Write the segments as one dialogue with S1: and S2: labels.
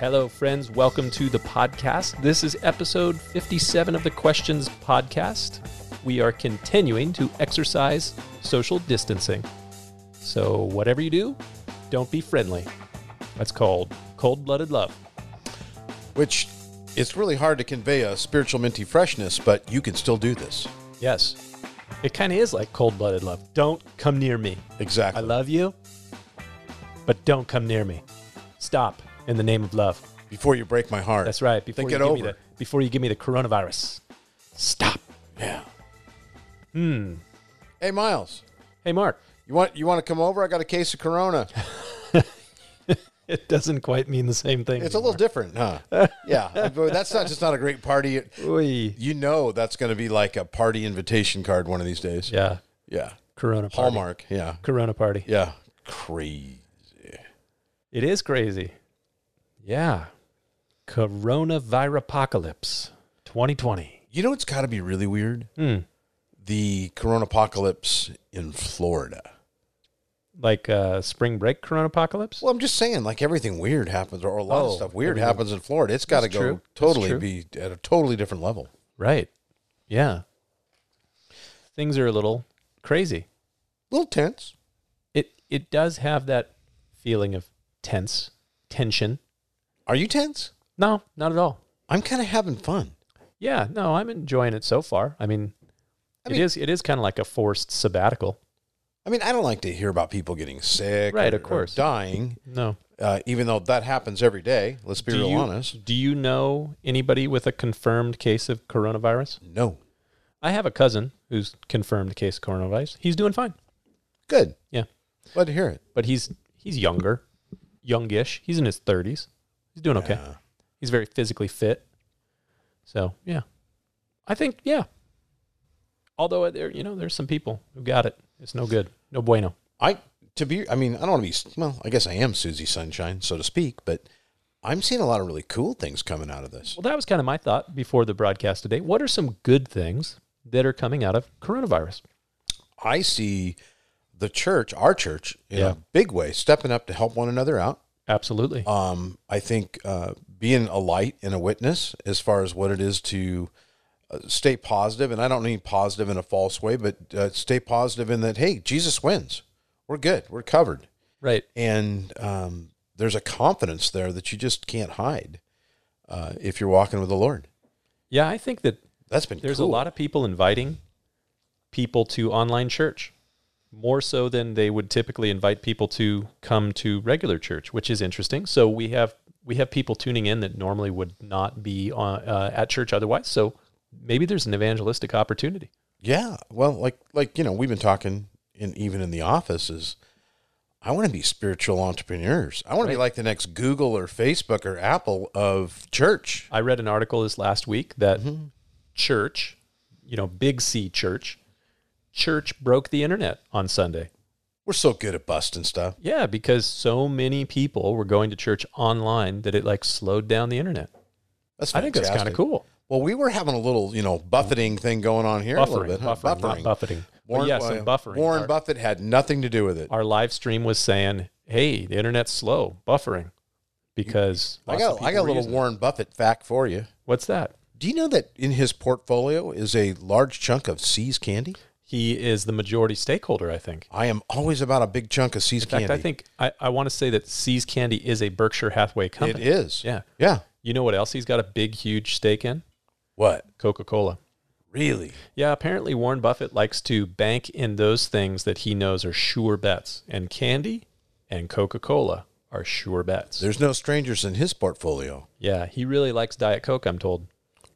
S1: Hello, friends. Welcome to the podcast. This is episode 57 of the Questions Podcast. We are continuing to exercise social distancing. So, whatever you do, don't be friendly. That's called cold blooded love.
S2: which it's really hard to convey a spiritual minty freshness, but you can still do this.
S1: Yes. It kind of is like cold blooded love. Don't come near me. I
S2: Exactly.
S1: love you, but don't come near me. Stop in the name of love.
S2: Before you break my heart.
S1: That's right. Before
S2: Think
S1: you
S2: it
S1: give
S2: over.
S1: me the before you give me the coronavirus. Stop.
S2: Yeah. Hmm. Hey, Miles,
S1: Hey Mark.
S2: you want you want to come over? I got a case of Corona.
S1: It doesn't quite mean the same thing.
S2: It's a little different, huh? yeah. uh, But that's not just not a great party.
S1: Oy.
S2: You know that's going to be like a party invitation card one of these days.
S1: Yeah.
S2: Yeah.
S1: Corona party.
S2: Hallmark. Yeah.
S1: Corona party.
S2: Yeah. Crazy.
S1: It is crazy. Yeah. Coronavirus apocalypse 2020.
S2: You know it's got to be really weird.
S1: Hmm.
S2: The Corona apocalypse in Florida.
S1: Like uh, spring break Corona apocalypse?
S2: Well, I'm just saying, like everything weird happens, or a lot of
S1: Oh,
S2: stuff weird
S1: everything.
S2: happens in Florida. It's got to
S1: That's
S2: go
S1: true. That's
S2: totally
S1: true.
S2: be at a totally different level.
S1: Right. Yeah. Things are a little crazy.
S2: little tense.
S1: It it does have that feeling of tense, tension.
S2: Are you tense?
S1: No, not at all.
S2: I'm kind of having fun.
S1: Yeah, no, I'm enjoying it so far. I mean,
S2: I
S1: it
S2: mean-
S1: is it is kind of like a forced sabbatical.
S2: I mean, I don't like to hear about people getting sick,
S1: Right,
S2: or-
S1: of course.
S2: or dying.
S1: No.
S2: Uh, even though that happens every day. Let's be real
S1: you,
S2: honest.
S1: Do you know anybody with a confirmed case of coronavirus?
S2: No,
S1: I have a cousin who's confirmed case of coronavirus. He's doing fine.
S2: good.
S1: Yeah.
S2: Glad to hear it.
S1: But he's he's younger, youngish. He's in his 30s. He's doing okay.
S2: Yeah.
S1: He's very physically fit. So, yeah. I think yeah. Although uh, there, you know, there's some people who got it. It's no good. No bueno.
S2: I to be. I mean, I don't want to be. Well, I guess I am Susie Sunshine, so to speak. But I'm seeing a lot of really cool things coming out of this.
S1: Well, that was kind of my thought before the broadcast today. What are some good things that are coming out of coronavirus?
S2: I see the church, our church, in
S1: Yeah.
S2: a big way, stepping up to help one another out.
S1: Absolutely.
S2: Um, I think uh, being a light and a witness as far as what it is to uh, stay positive, and I don't mean positive in a false way, but uh, stay positive in that, hey, Jesus wins. We're good. We're covered.
S1: Right.
S2: And um, there's a confidence there that you just can't hide uh, if you're walking with the Lord.
S1: Yeah, I think that
S2: That's been
S1: there's
S2: cool.
S1: a lot of people inviting people to online church more so than they would typically invite people to come to regular church, which is interesting. So we have we have people tuning in that normally would not be on, uh, at church otherwise. So maybe there's an evangelistic opportunity.
S2: Yeah. Well, like like you know, we've been talking in even in the office is I want to be spiritual entrepreneurs. I want to be like the next Google or Facebook or Apple of church.
S1: I read an article this last week that church, you know, big C church, church broke the internet on Sunday.
S2: We're so good at busting stuff.
S1: Yeah, because so many people were going to church online that it like slowed down the internet.
S2: That's
S1: I think that's kind of
S2: fantastic.
S1: cool.
S2: Well, we were having a little, you know, buffeting thing going on here a
S1: Buffering,
S2: little bit. huh?
S1: buffering, not buffeting. But yeah, some
S2: uh,
S1: buffering.
S2: Warren
S1: our,
S2: Buffett had nothing to do with it.
S1: our live stream was saying, "Hey, the internet's slow, buffering," because
S2: I
S1: lots of
S2: got I
S1: people
S2: got a
S1: were
S2: little
S1: using it.
S2: Warren Buffett fact for you.
S1: What's that?
S2: Do you know that in his portfolio is a large chunk of See's candy?
S1: He is the majority stakeholder, I think.
S2: I am always about a big chunk of See's
S1: In fact,
S2: candy.
S1: I think I, I want to say that See's Candy is a Berkshire Hathaway
S2: it
S1: company.
S2: is.
S1: Yeah.
S2: Yeah.
S1: You know what else he's got a big, huge stake in?
S2: What?
S1: Coca Cola.
S2: Really?
S1: Yeah, apparently Warren Buffett likes to bank in those things that he knows are sure bets, and candy and Coca Cola are sure bets.
S2: There's no strangers in his portfolio.
S1: yeah, he really likes Diet Coke, I'm told.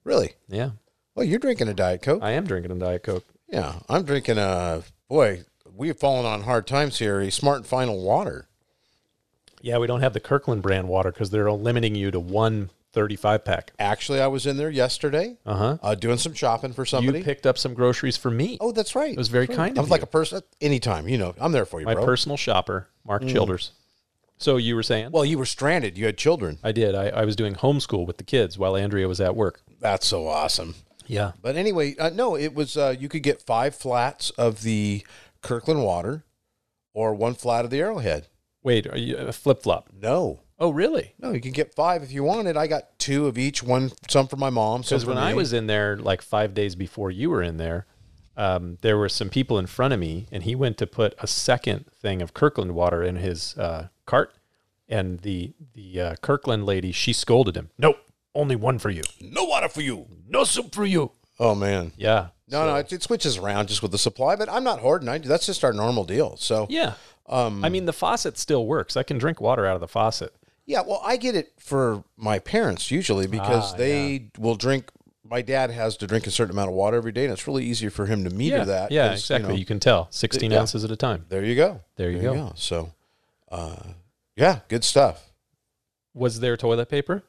S2: Really?
S1: Yeah,
S2: Well, you're drinking a Diet Coke.
S1: I am drinking a Diet Coke.
S2: yeah, I'm drinking a. Boy, we've fallen on hard times here. A smart and final water.
S1: Yeah, we don't have the Kirkland brand water because they're limiting you to one 35 pack.
S2: Actually, I was in there yesterday
S1: Uh huh.
S2: uh, doing some shopping for
S1: You
S2: somebody.
S1: picked up some groceries for me.
S2: oh, that's right. It
S1: was very kind
S2: I
S1: of
S2: was like
S1: you.
S2: a person. Anytime, you know, I'm there for you,
S1: My
S2: bro. Mm.
S1: personal shopper, Mark Childers. So you were saying?
S2: well, you were stranded. You had children.
S1: I did. I, I was doing homeschool with the kids while Andrea was at work.
S2: That's so awesome.
S1: Yeah.
S2: But anyway, uh, no, it was uh, you could get five flats of the Kirkland water, or one flat of the Arrowhead.
S1: Wait, are you a flip flop?
S2: No,
S1: Oh, really?
S2: No, you can get five if you wanted. I got two of each, one some for my mom. some
S1: Because
S2: for
S1: when I
S2: me.
S1: was in there, like five days before you were in there, um, there were some people in front of me, and he went to put a second thing of Kirkland water in his uh, cart, and the the uh, Kirkland lady she scolded him. Nope, only one for you.
S2: no water for you.
S1: No soup for you.
S2: Oh man,
S1: Yeah,
S2: no, no, it, it switches around just with the supply, but I'm not hoarding. I, that's just our normal deal. So
S1: yeah. Um, I mean, the faucet still works. I can drink water out of the faucet.
S2: Yeah, well, I get it for my parents usually
S1: Ah,
S2: because they will drink. My dad has to drink a certain amount of water every day, and it's really easier for him to meter
S1: Yeah,
S2: that.
S1: yeah,
S2: 'cause, you
S1: exactly. You,
S2: know,
S1: can tell sixteen ounces at a time.
S2: there you go.
S1: There you go.
S2: So, uh, yeah, good stuff.
S1: Was there toilet paper?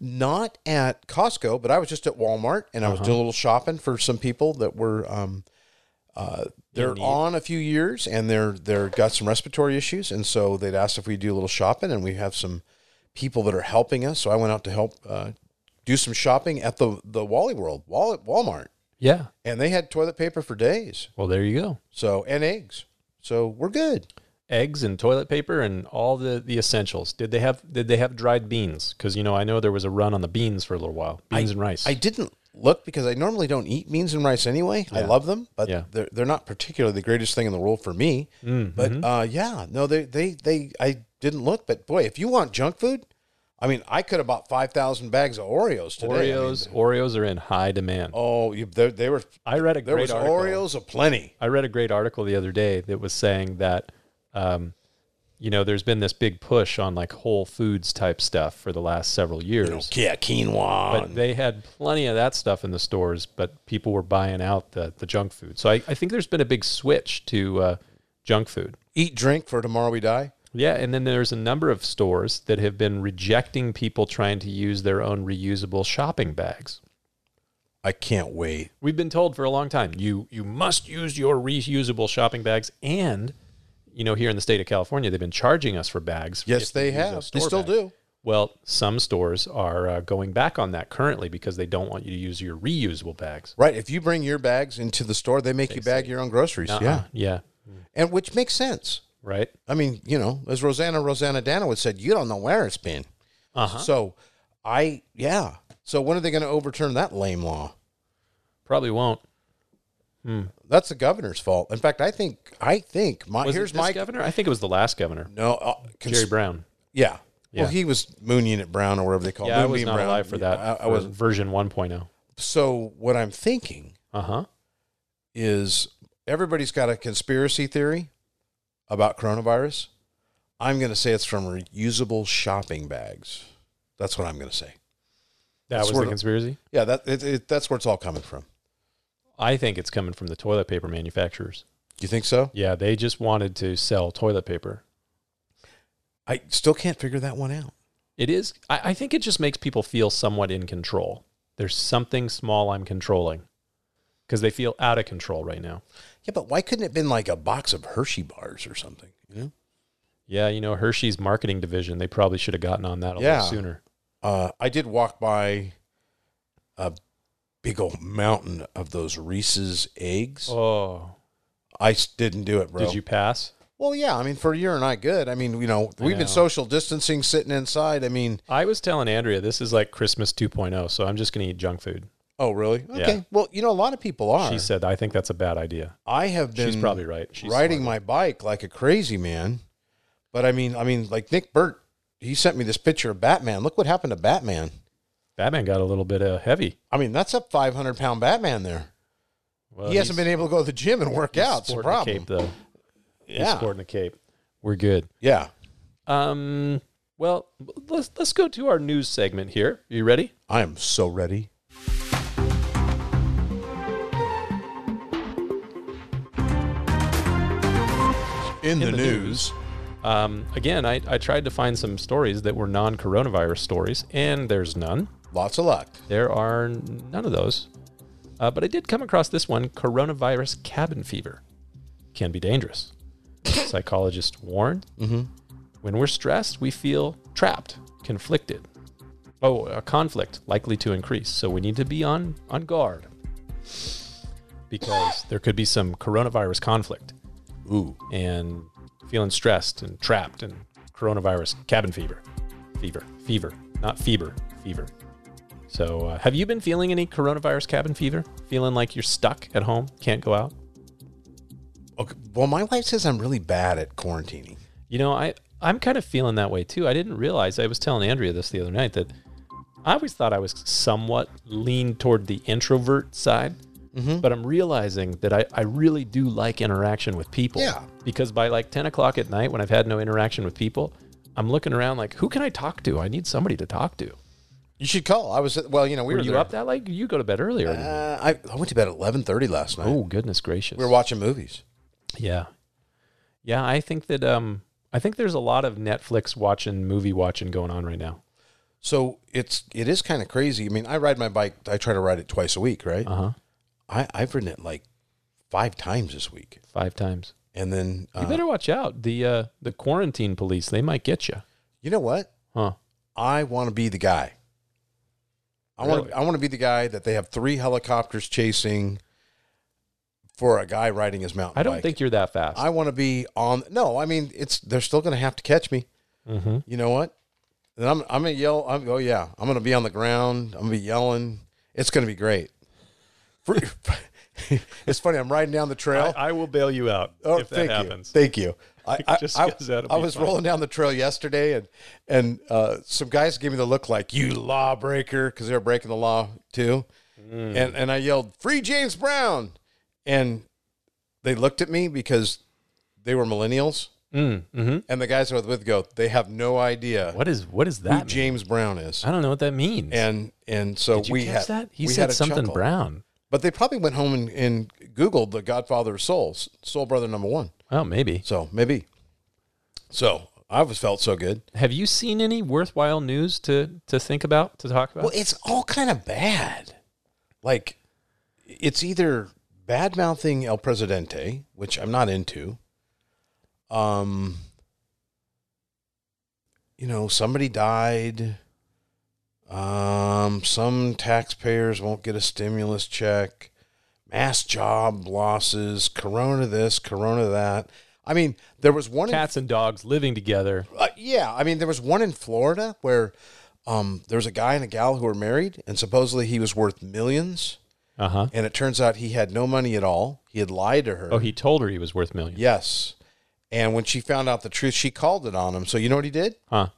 S2: Not at Costco, but I was just at Walmart and I was doing a little shopping for some people that were. Um, uh, they're on a few years and they're they're got some respiratory issues, and so they'd asked if we do a little shopping, and we have some people that are helping us. So I went out to help uh, do some shopping at the the Wally World Wal- Walmart,
S1: Yeah.
S2: and they had toilet paper for days.
S1: Well, there you go.
S2: So and eggs. So we're good.
S1: eggs and toilet paper and all the, the essentials. Did they have did they have dried beans? Because you know I know there was a run on the beans for a little while. Beans and rice.
S2: I didn't look because I normally don't eat beans and rice anyway. I love them, but
S1: Yeah. Mm-hmm.
S2: they're, they're not particularly the greatest thing in the world for me. But uh, yeah, no, they, they, they, I didn't look, but boy, if you want junk food, I mean, I could have bought 5,000 bags of Oreos today. I mean,
S1: Oreos Oreos are in high demand.
S2: oh, you, they, they were,
S1: I read a
S2: there
S1: great
S2: was
S1: article.
S2: Oreos aplenty.
S1: I read a great article the other day that was saying that um, you know there's been this big push on like whole foods type stuff for the last several years.
S2: Yeah, quinoa.
S1: but they had plenty of that stuff in the stores, but people were buying out the, the junk food. So I, I think there's been a big switch to uh, junk food.
S2: eat, drink for tomorrow we die.
S1: Yeah, and then there's a number of stores that have been rejecting people trying to use their own reusable shopping bags.
S2: I can't wait.
S1: We've been told for a long time you you must use your reusable shopping bags and you know here in the state of California they've been charging us for bags.
S2: Yes,
S1: if
S2: they
S1: we use a
S2: have. They
S1: store
S2: still
S1: bag.
S2: do.
S1: Well, some stores are uh, going back on that currently because they don't want you to use your reusable bags.
S2: Right. If you bring your bags into the store, they make you bag your own groceries. Yeah.
S1: Uh, yeah,
S2: And which makes sense.
S1: right?
S2: I mean, you know, as Rosanna Rosanna Danowitz said, you don't know where it's been.
S1: Uh-huh.
S2: So I yeah. So when are they going to overturn that lame law?
S1: Probably won't.
S2: That's the governor's fault. In fact, I think I think my
S1: Was it
S2: Uh, here's
S1: this
S2: my
S1: governor? I think it was the last governor,
S2: no uh, cons-
S1: Jerry Brown.
S2: yeah.
S1: Yeah.
S2: Well, he was Moon Unit Brown or whatever they call it.
S1: Yeah, I was
S2: Moonbeam
S1: not
S2: Brown.
S1: alive for that.
S2: I, I
S1: for
S2: was.
S1: version oh. 1.0.
S2: So what I'm thinking
S1: Uh huh.
S2: is everybody's got a conspiracy theory about coronavirus. I'm going to say it's from reusable shopping bags. That's what I'm going to say.
S1: That was
S2: Sort
S1: the
S2: of.
S1: conspiracy.
S2: Yeah, that it, it, that's where it's all coming from.
S1: I think it's coming from the toilet paper manufacturers.
S2: You think so?
S1: Yeah, they just wanted to sell toilet paper.
S2: I still can't figure that one out.
S1: It is. I, I think it just makes people feel somewhat in control. There's something small I'm controlling because they feel out of control right now.
S2: Yeah, but why couldn't it have been like a box of Hershey bars or something? You know,
S1: Yeah, you know Hershey's marketing division. They probably should have gotten on that a
S2: Yeah.
S1: little sooner.
S2: uh, I did walk by a big old mountain of those Reese's eggs.
S1: Oh,
S2: I s- didn't do it, bro.
S1: did you pass?
S2: Well, yeah. I mean, for you and I, good. I mean, you know, we've
S1: know.
S2: been social distancing, sitting inside. I mean,
S1: I was telling Andrea this is like Christmas 2.0, so I'm just gonna eat junk food.
S2: oh, really? Okay.
S1: Yeah.
S2: Well, you know, a lot of people are.
S1: She said I think that's a bad idea.
S2: I have been
S1: She's probably right. She's
S2: riding my bike like a crazy man. But I mean, I mean, like Nick Burt, he sent me this picture of Batman. Look what happened to Batman.
S1: Batman got a little bit uh, heavy.
S2: I mean, that's a 500 pound Batman there.
S1: Well,
S2: he hasn't
S1: Uh, he's-
S2: been able to go to the gym and work
S1: he's
S2: out. It's a
S1: sporting
S2: problem.
S1: cape though. He's
S2: yeah.
S1: sporting a cape. We're good.
S2: Yeah.
S1: Um, well, let's let's go to our news segment here. You ready?
S2: I am so ready. In, the,
S1: the
S2: news.
S1: Um, again, I, I tried to find some stories that were non-coronavirus stories, and there's none.
S2: lots of luck.
S1: There are none of those. Uh, but I did come across this one: coronavirus cabin fever can be dangerous. Psychologists warn. When we're stressed, we feel trapped, conflicted. Oh, a conflict likely to increase. So we need to be on on guard because there could be some coronavirus conflict.
S2: Ooh.
S1: and feeling stressed and trapped and coronavirus cabin fever. fever, fever, not fever, fever. So, uh, have you been feeling any coronavirus cabin fever? Feeling like you're stuck at home, can't go out?
S2: Okay. Well, my wife says I'm really bad at quarantining.
S1: You know, I I'm kind of feeling that way too. I didn't realize I was telling Andrea this the other night that I always thought I was somewhat lean toward the introvert side,
S2: Mm-hmm.
S1: but I'm realizing that I I really do like interaction with people.
S2: Yeah.
S1: Because by like 10 o'clock at night, when I've had no interaction with people, I'm looking around like, who can I talk to? I need somebody to talk to.
S2: You should call. I was well, you know, we were,
S1: Were you
S2: there.
S1: up that late? You go to bed earlier. than me.
S2: Uh, I, I went to bed at 11:30 last night.
S1: oh goodness gracious.
S2: We were watching movies.
S1: Yeah. Yeah, I think that um I think there's a lot of Netflix watching, movie watching going on right now.
S2: So it's it is kind of crazy. I mean, I ride my bike. I try to ride it twice a week, right?
S1: Uh-huh.
S2: I I've ridden it like five times this week,
S1: Five times.
S2: and then uh,
S1: You
S2: you,
S1: better watch out. The uh the quarantine police, they might get you.
S2: know what?
S1: Huh.
S2: I want to be the guy. I want
S1: Really?
S2: to I want to be the guy that they have three helicopters chasing for a guy riding his mountain.
S1: I don't
S2: bike.
S1: think you're that fast.
S2: I want to be on. No, I mean it's they're still going to have to catch me.
S1: mm-hmm.
S2: you know what? Then I'm I'm gonna yell. I'm, oh yeah, I'm gonna be on the ground. I'm gonna be yelling. It's gonna be great. For- it's funny. I'm riding down the trail.
S1: I, will bail you out
S2: oh,
S1: if that
S2: thank
S1: happens.
S2: you. Thank you. I, I,
S1: Just
S2: I,
S1: 'cause that'll
S2: I
S1: be
S2: was
S1: fun.
S2: rolling down the trail yesterday, and and uh, some guys gave me the look like you lawbreaker because they were breaking the law too,
S1: Mm.
S2: and and I yelled free James Brown, and they looked at me because they were millennials,
S1: mm-hmm.
S2: and the guys I was with go they have no idea
S1: What is what is
S2: who
S1: that? mean?
S2: James Brown is
S1: I don't know what that means.
S2: and and so
S1: Did you
S2: we
S1: catch
S2: had
S1: that? He
S2: we had
S1: said
S2: a
S1: something
S2: chuckle.
S1: brown.
S2: but they probably went home and, and Googled the Godfather of Souls, Soul Brother number one.
S1: Oh, maybe.
S2: So maybe. So I was felt so good.
S1: Have you seen any worthwhile news to to think about to talk about?
S2: Well, it's all kind of bad. Like, it's either bad mouthing El Presidente, which I'm not into. Um, you know, somebody died. Um, some taxpayers won't get a stimulus check. Mass job losses. Corona this. Corona that. I mean, there was one. in
S1: Cats and dogs living together.
S2: uh, yeah, I mean, there was one in Florida where um, there was a guy and a gal who were married, and supposedly he was worth millions,
S1: Uh huh.
S2: and it turns out he had no money at all. He had lied to her.
S1: Oh, he told her he was worth millions.
S2: yes, and when she found out the truth, she called it on him. So you know what he did?
S1: Huh.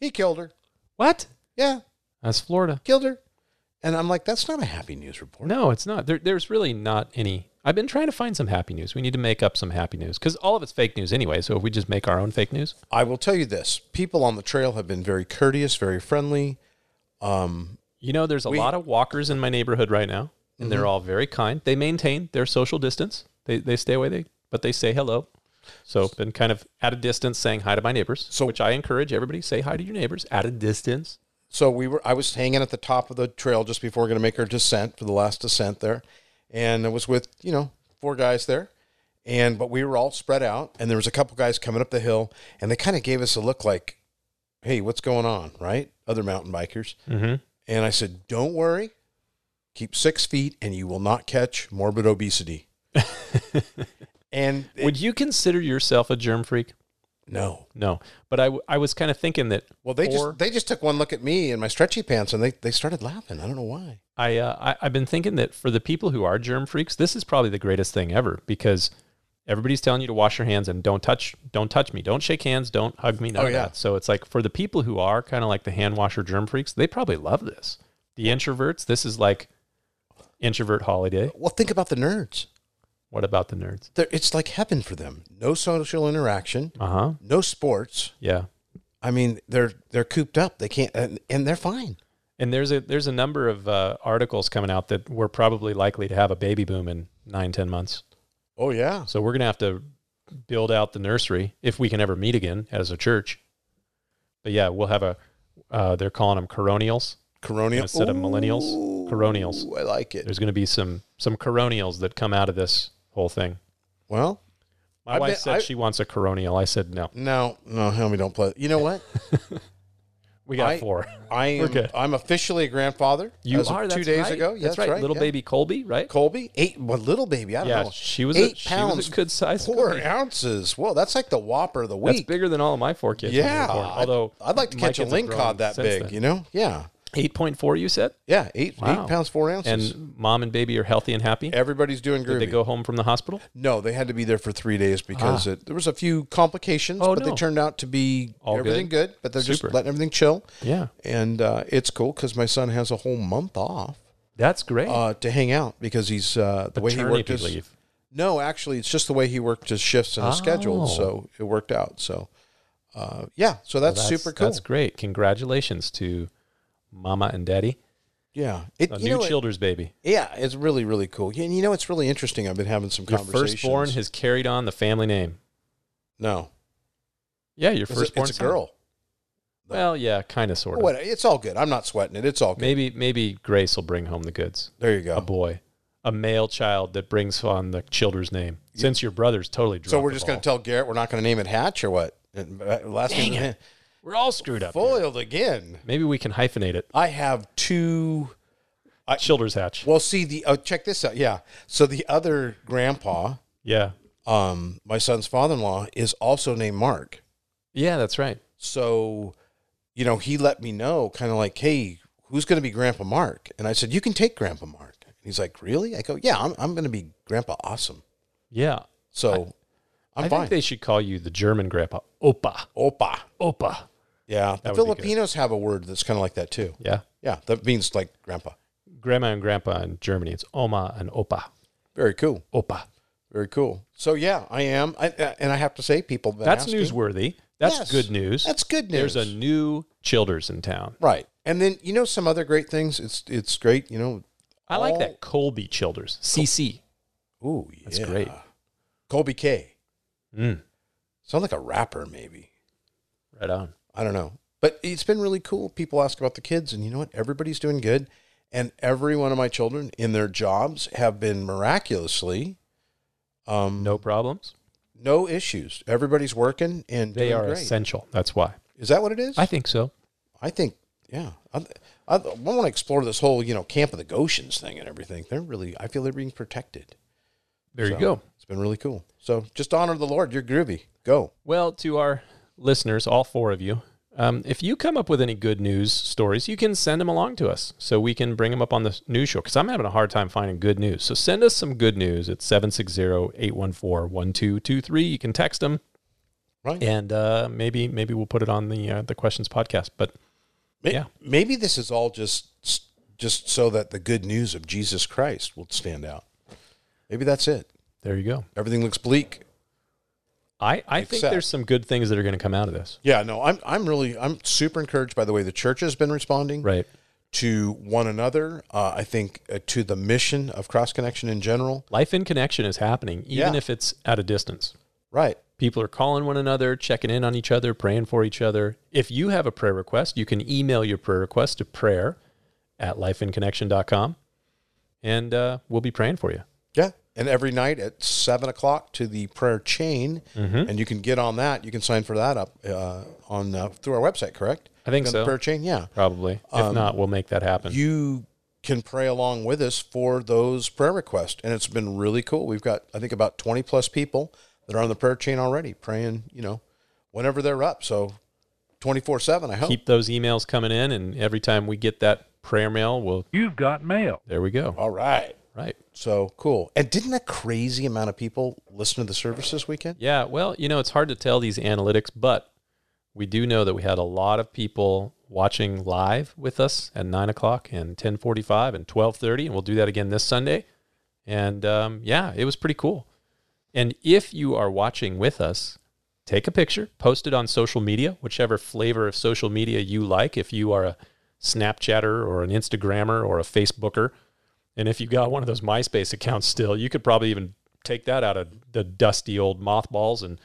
S2: He killed her.
S1: What?
S2: Yeah,
S1: That's Florida.
S2: killed her. And I'm like, that's not a happy news report.
S1: No, it's not. There, there's really not any. I've been trying to find some happy news. We need to make up some happy news because all of it's fake news anyway. So if we just make our own fake news,
S2: I will tell you this: people on the trail have been very courteous, very friendly. Um,
S1: you know, there's a
S2: We-
S1: lot of walkers in my neighborhood right now, and they're all very kind. They maintain their social distance. They they stay away. They but they say hello. So been kind of at a distance saying hi to my neighbors. So
S2: So-
S1: which I encourage everybody say hi to your neighbors at a distance.
S2: so we were I was hanging at the top of the trail just before we're gonna make our descent for the last descent there. And I was with, you know, four guys there. And but we were all spread out and there was a couple guys coming up the hill and they kind of gave us a look like, Hey, what's going on? Right? Other mountain bikers.
S1: Mm-hmm.
S2: And I said, Don't worry, keep six feet and you will not catch morbid obesity. and it-
S1: Would you consider yourself a germ freak?
S2: no.
S1: No, but I, w- I was kind of thinking that.
S2: Well they
S1: Or-
S2: just they just took one look at me in my stretchy pants and they, they started laughing. I don't know why.
S1: I, uh, I I've been thinking that for the people who are germ freaks, this is probably the greatest thing ever because everybody's telling you to wash your hands and don't touch don't touch me, don't shake hands, don't hug me, none
S2: Oh,
S1: of
S2: yeah.
S1: that. So it's like for the people who are kind of like the hand washer germ freaks, they probably love this. The introverts, this is like introvert holiday.
S2: Well, think about the nerds.
S1: What about the nerds?
S2: they're, it's like heaven for them. No social interaction,
S1: Uh huh.
S2: no sports.
S1: Yeah.
S2: I mean, they're they're cooped up. They can't, and, and they're fine.
S1: And there's a there's a number of uh, articles coming out that we're probably likely to have a baby boom in nine ten months.
S2: Oh yeah,
S1: So we're gonna have to build out the nursery if we can ever meet again as a church. But yeah, we'll have a. Uh, they're calling them coronials.
S2: coronial
S1: Instead of millennials, coronials.
S2: I like it.
S1: There's gonna be some some coronials that come out of this whole thing.
S2: Well,
S1: My
S2: I
S1: wife
S2: bet-
S1: said
S2: I-
S1: she wants a coronial. I said no.
S2: no, no, Helmy, don't play. You know what?
S1: We got
S2: I-
S1: four.
S2: I am.
S1: good.
S2: I'm officially a grandfather.
S1: You
S2: as of
S1: are
S2: two
S1: that's
S2: days
S1: right.
S2: ago. Yeah,
S1: that's, right. Little
S2: yeah.
S1: baby Colby, right?
S2: Colby, eight. Well, little baby. I don't
S1: Yeah,
S2: know.
S1: she was a-
S2: eight
S1: she was a
S2: pounds.
S1: good size
S2: Four
S1: Colby.
S2: ounces. Whoa, that's like the Whopper of the
S1: That's
S2: week.
S1: bigger than all of my four kids. when they were
S2: Yeah.
S1: born,
S2: I'd-
S1: although
S2: I'd, like to
S1: my
S2: catch a
S1: kids have
S2: link
S1: grown
S2: cod that
S1: since
S2: big.
S1: then.
S2: You know? Yeah.
S1: Eight point four, you said,
S2: Yeah. Eight
S1: Wow.
S2: eight pounds four ounces.
S1: and mom and baby are healthy and happy.
S2: everybody's doing groovy.
S1: They go home from the hospital.
S2: No, they had to be there for three days because it, there was a few complications,
S1: Oh,
S2: but
S1: no.
S2: they turned out to be
S1: All
S2: everything good. But they're
S1: Super.
S2: just letting everything chill.
S1: Yeah,
S2: And uh, it's cool because my son has a whole month off
S1: that's great.
S2: uh, to hang out because he's uh, the way he worked
S1: Paternity
S2: his
S1: leave.
S2: no, actually, it's just the way he worked his shifts and his schedule,
S1: Oh.
S2: so it worked out. So uh, yeah, so that's,
S1: That's-
S2: super cool.
S1: That's great. Congratulations to mama and daddy.
S2: yeah, it,
S1: A
S2: you
S1: new
S2: know, it-
S1: children's baby.
S2: yeah, it's really really cool. Yeah, And you know, it's really interesting. I've been having some
S1: Your
S2: conversations.
S1: firstborn has carried on the family name.
S2: no,
S1: Yeah, your
S2: it's, a-
S1: firstborn.
S2: it's a
S1: son.
S2: girl.
S1: Well, yeah, kind of, sort of.
S2: What? It's all good. I'm not sweating it. It's all good.
S1: Maybe, maybe Grace will bring home the goods.
S2: There you go.
S1: A boy, a male child that brings on the children's name. Since your brother's totally dropped
S2: So we're
S1: the
S2: just
S1: ball.
S2: going to tell Garrett we're not going to name it Hatch or what? And uh, last Dang it.
S1: We're all screwed up. here.
S2: foiled again.
S1: Maybe we can hyphenate it.
S2: I have two.
S1: Childers Hatch.
S2: Well, see the oh, check this out. Yeah. So the other grandpa,
S1: Yeah.
S2: um, my son's father-in-law, is also named Mark.
S1: Yeah, that's right.
S2: So, you know, he let me know, kind of like, hey, who's going to be Grandpa Mark? And I said, you can take Grandpa Mark. And he's like, really? I go, yeah, I'm, I'm going to be Grandpa Awesome.
S1: Yeah.
S2: So, I, am
S1: I
S2: fine.
S1: think they should call you the German grandpa. Opa.
S2: Opa.
S1: Opa.
S2: Yeah. The
S1: would be good.
S2: Filipinos have a word that's kind of like that too.
S1: Yeah.
S2: Yeah, that means like grandpa.
S1: Grandma and grandpa in Germany. It's Oma and Opa.
S2: Very cool.
S1: Opa.
S2: Very cool. So yeah, I am, I, uh, and I have to say, people. have been
S1: That's
S2: asking.
S1: newsworthy. That's
S2: Yes.
S1: good news.
S2: That's good news.
S1: There's a new Childers in town.
S2: right, and then you know some other great things. It's it's great. You know,
S1: I like
S2: All-
S1: that Colby Childers. CC.
S2: ooh, yeah. that's
S1: great.
S2: Colby K.
S1: Mm,
S2: Sounds like a rapper, maybe.
S1: right on.
S2: I don't know, but it's been really cool. People ask about the kids, and you know what? Everybody's doing good, and every one of my children in their jobs have been miraculously, um,
S1: No problems.
S2: no issues. Everybody's working and
S1: They
S2: doing
S1: are
S2: great.
S1: essential. That's why.
S2: Is that what it is?
S1: I think so.
S2: I think, yeah, I, I, I want to explore this whole you know camp of the Goshens thing and everything. They're really, I feel they're being protected.
S1: There you
S2: So,
S1: go.
S2: It's been really cool. So just honor the Lord. You're groovy. Go.
S1: Well, to our listeners, all four of you, um, if you come up with any good news stories, you can send them along to us so we can bring them up on the news show because I'm having a hard time finding good news. So send us some good news at 760 814 1223. You can text them.
S2: Right.
S1: And uh, maybe maybe we'll put it on the uh, the questions podcast. But
S2: May-
S1: Yeah.
S2: Maybe this is all just just so that the good news of Jesus Christ will stand out. Maybe that's it.
S1: there you go.
S2: Everything looks bleak.
S1: I, I think
S2: Except-
S1: there's some good things that are going to come out of this.
S2: Yeah. No. I'm I'm really I'm super encouraged by the way the church has been responding.
S1: Right.
S2: To one another, uh, I think uh, to the mission of Cross Connection in general.
S1: Life in connection is happening, even
S2: Yeah.
S1: if it's at a distance.
S2: Right.
S1: People are calling one another, checking in on each other, praying for each other. If you have a prayer request, you can email your prayer request to prayer at lifeinconnection.com and uh, we'll be praying for you.
S2: Yeah. And every night at seven o'clock to the prayer chain,
S1: Mm-hmm.
S2: and you can get on that. You can sign for that up uh, on uh, through our website, correct?
S1: I think
S2: On
S1: so.
S2: The prayer chain, yeah.
S1: Probably. if not, we'll make that happen.
S2: You can pray along with us for those prayer requests, and it's been really cool. We've got I think about twenty plus people that are on the prayer chain already praying. You know, whenever they're up, so twenty four seven. I hope.
S1: Keep those emails coming in, and every time we get that prayer mail, we'll.
S3: You've got mail.
S1: There we go.
S2: All right.
S1: Right.
S2: So cool. And didn't a crazy amount of people listen to the service this weekend?
S1: Yeah, well, you know, it's hard to tell these analytics, but we do know that we had a lot of people watching live with us at nine o'clock and ten forty-five and twelve thirty, and we'll do that again this Sunday. And um, yeah, it was pretty cool. And if you are watching with us, take a picture, post it on social media, whichever flavor of social media you like. If you are a Snapchatter or an Instagrammer or a Facebooker, and if you got one of those MySpace accounts still, you could probably even take that out of the dusty old mothballs and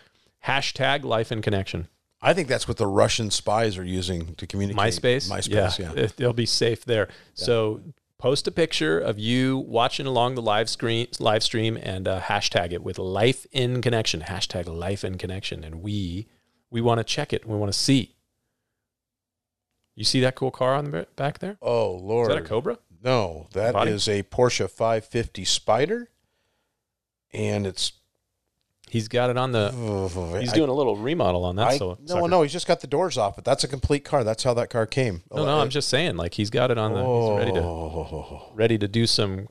S1: hashtag life in connection.
S2: I think that's what the Russian spies are using to communicate.
S1: MySpace.
S2: MySpace, yeah.
S1: It- They'll be safe there. So post a picture of you watching along the live screen live stream and uh, hashtag it with life in connection. Hashtag life in connection. And we we want to check it. We want to see. You see that cool car on the back there?
S2: Oh
S1: Is
S2: Lord,
S1: that a Cobra?
S2: no, that is
S1: Body?
S2: a Porsche 550 Spider, and it's
S1: He's got it on the. He's
S2: I-
S1: doing a little remodel on that.
S2: I-
S1: so
S2: no, no, he's just got the doors off, but that's a complete car. That's how that car came.
S1: no, no. I'm just saying, like he's got it on the. He's ready to
S2: Oh.
S1: ready to do some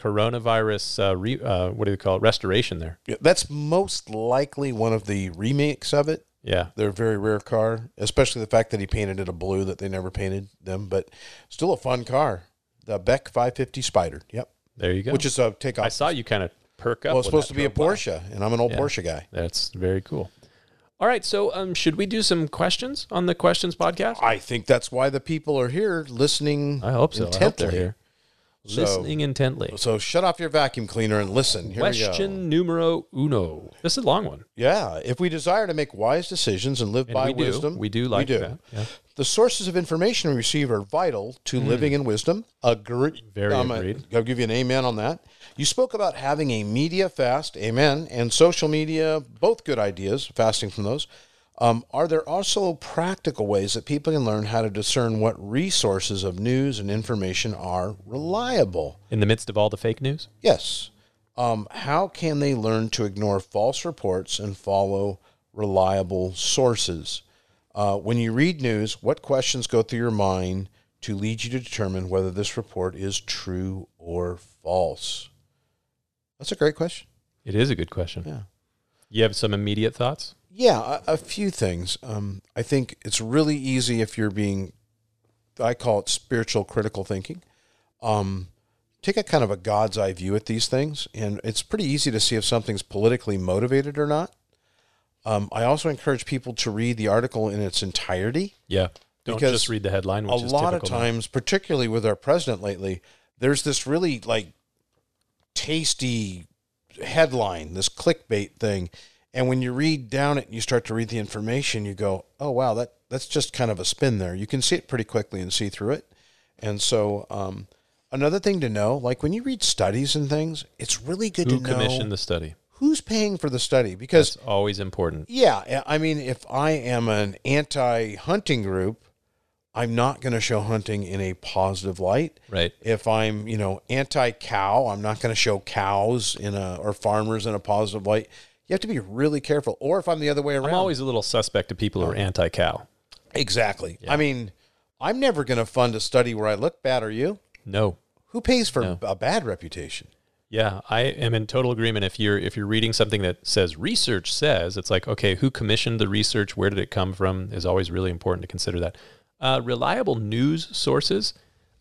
S1: coronavirus. Uh, re, uh, what do you call it? Restoration there.
S2: Yeah, that's most likely one of the remakes of it.
S1: Yeah,
S2: They're a very rare car, especially the fact that he painted it a blue that they never painted them, but still a fun car. The Beck 550 Spider. Yep.
S1: there you go.
S2: Which is a takeoff.
S1: I saw you kind of perk up.
S2: well, it's
S1: when that
S2: supposed to be a
S1: drove by.
S2: Porsche, and I'm an old
S1: Yeah.
S2: Porsche guy.
S1: That's very cool. All right, so um, should we do some questions on the questions podcast?
S2: I think that's why the people are here listening.
S1: I hope so. I hope they're
S2: intently.
S1: here,
S2: So-
S1: listening intently.
S2: So shut off your vacuum cleaner and listen. Here we go.
S1: Question numero uno. This is a long one.
S2: Yeah, if we desire to make wise decisions and live
S1: And
S2: by
S1: we do.
S2: wisdom,
S1: We do like that, yeah.
S2: The sources of information we receive are vital to living in wisdom. Agree.
S1: Hmm. Very
S2: I'm a-
S1: agreed.
S2: I'll give you an amen on that. You spoke about having a media fast, amen, and social media, both good ideas, fasting from those. Um, are there also practical ways that people can learn how to discern what resources of news and information are reliable?
S1: In the midst of all the fake news,
S2: Yes. Um, how can they learn to ignore false reports and follow reliable sources? Uh, when you read news, what questions go through your mind to lead you to determine whether this report is true or false? That's a great question.
S1: it is a good question.
S2: Yeah.
S1: You have some immediate thoughts?
S2: Yeah, a, a few things. Um, I think it's really easy if you're being, I call it spiritual critical thinking. Um, take a kind of a God's eye view at these things, and it's pretty easy to see if something's politically motivated or not. Um, I also encourage people to read the article in its entirety.
S1: Yeah. Don't
S2: Because
S1: just read the headline,
S2: A
S1: which is
S2: lot of
S1: typical now.
S2: times, particularly with our president lately, there's this really like tasty headline, this clickbait thing. And when you read down it and you start to read the information, you go, oh, wow, that, that's just kind of a spin there. You can see it pretty quickly and see through it. And so, um, another thing to know, like when you read studies and things, it's really good
S1: Who
S2: to know
S1: commissioned the study?
S2: who's paying for the study because
S1: It's always important.
S2: yeah, I I mean, if I am an anti hunting group, I'm not going to show hunting in a positive light.
S1: Right.
S2: If I'm, you know, anti cow, I'm not going to show cows in a or farmers in a positive light. You have to be really careful. Or if I'm the other way around,
S1: I'm always a little suspect of people who are anti cow.
S2: exactly. I mean, I'm never going to fund a study where I look bad. Are you?
S1: No.
S2: Who pays for a bad reputation?
S1: Yeah, I am in total agreement. If you're if you're reading something that says research says, it's like okay, who commissioned the research? Where did it come from? Is always really important to consider that. Uh, reliable news sources.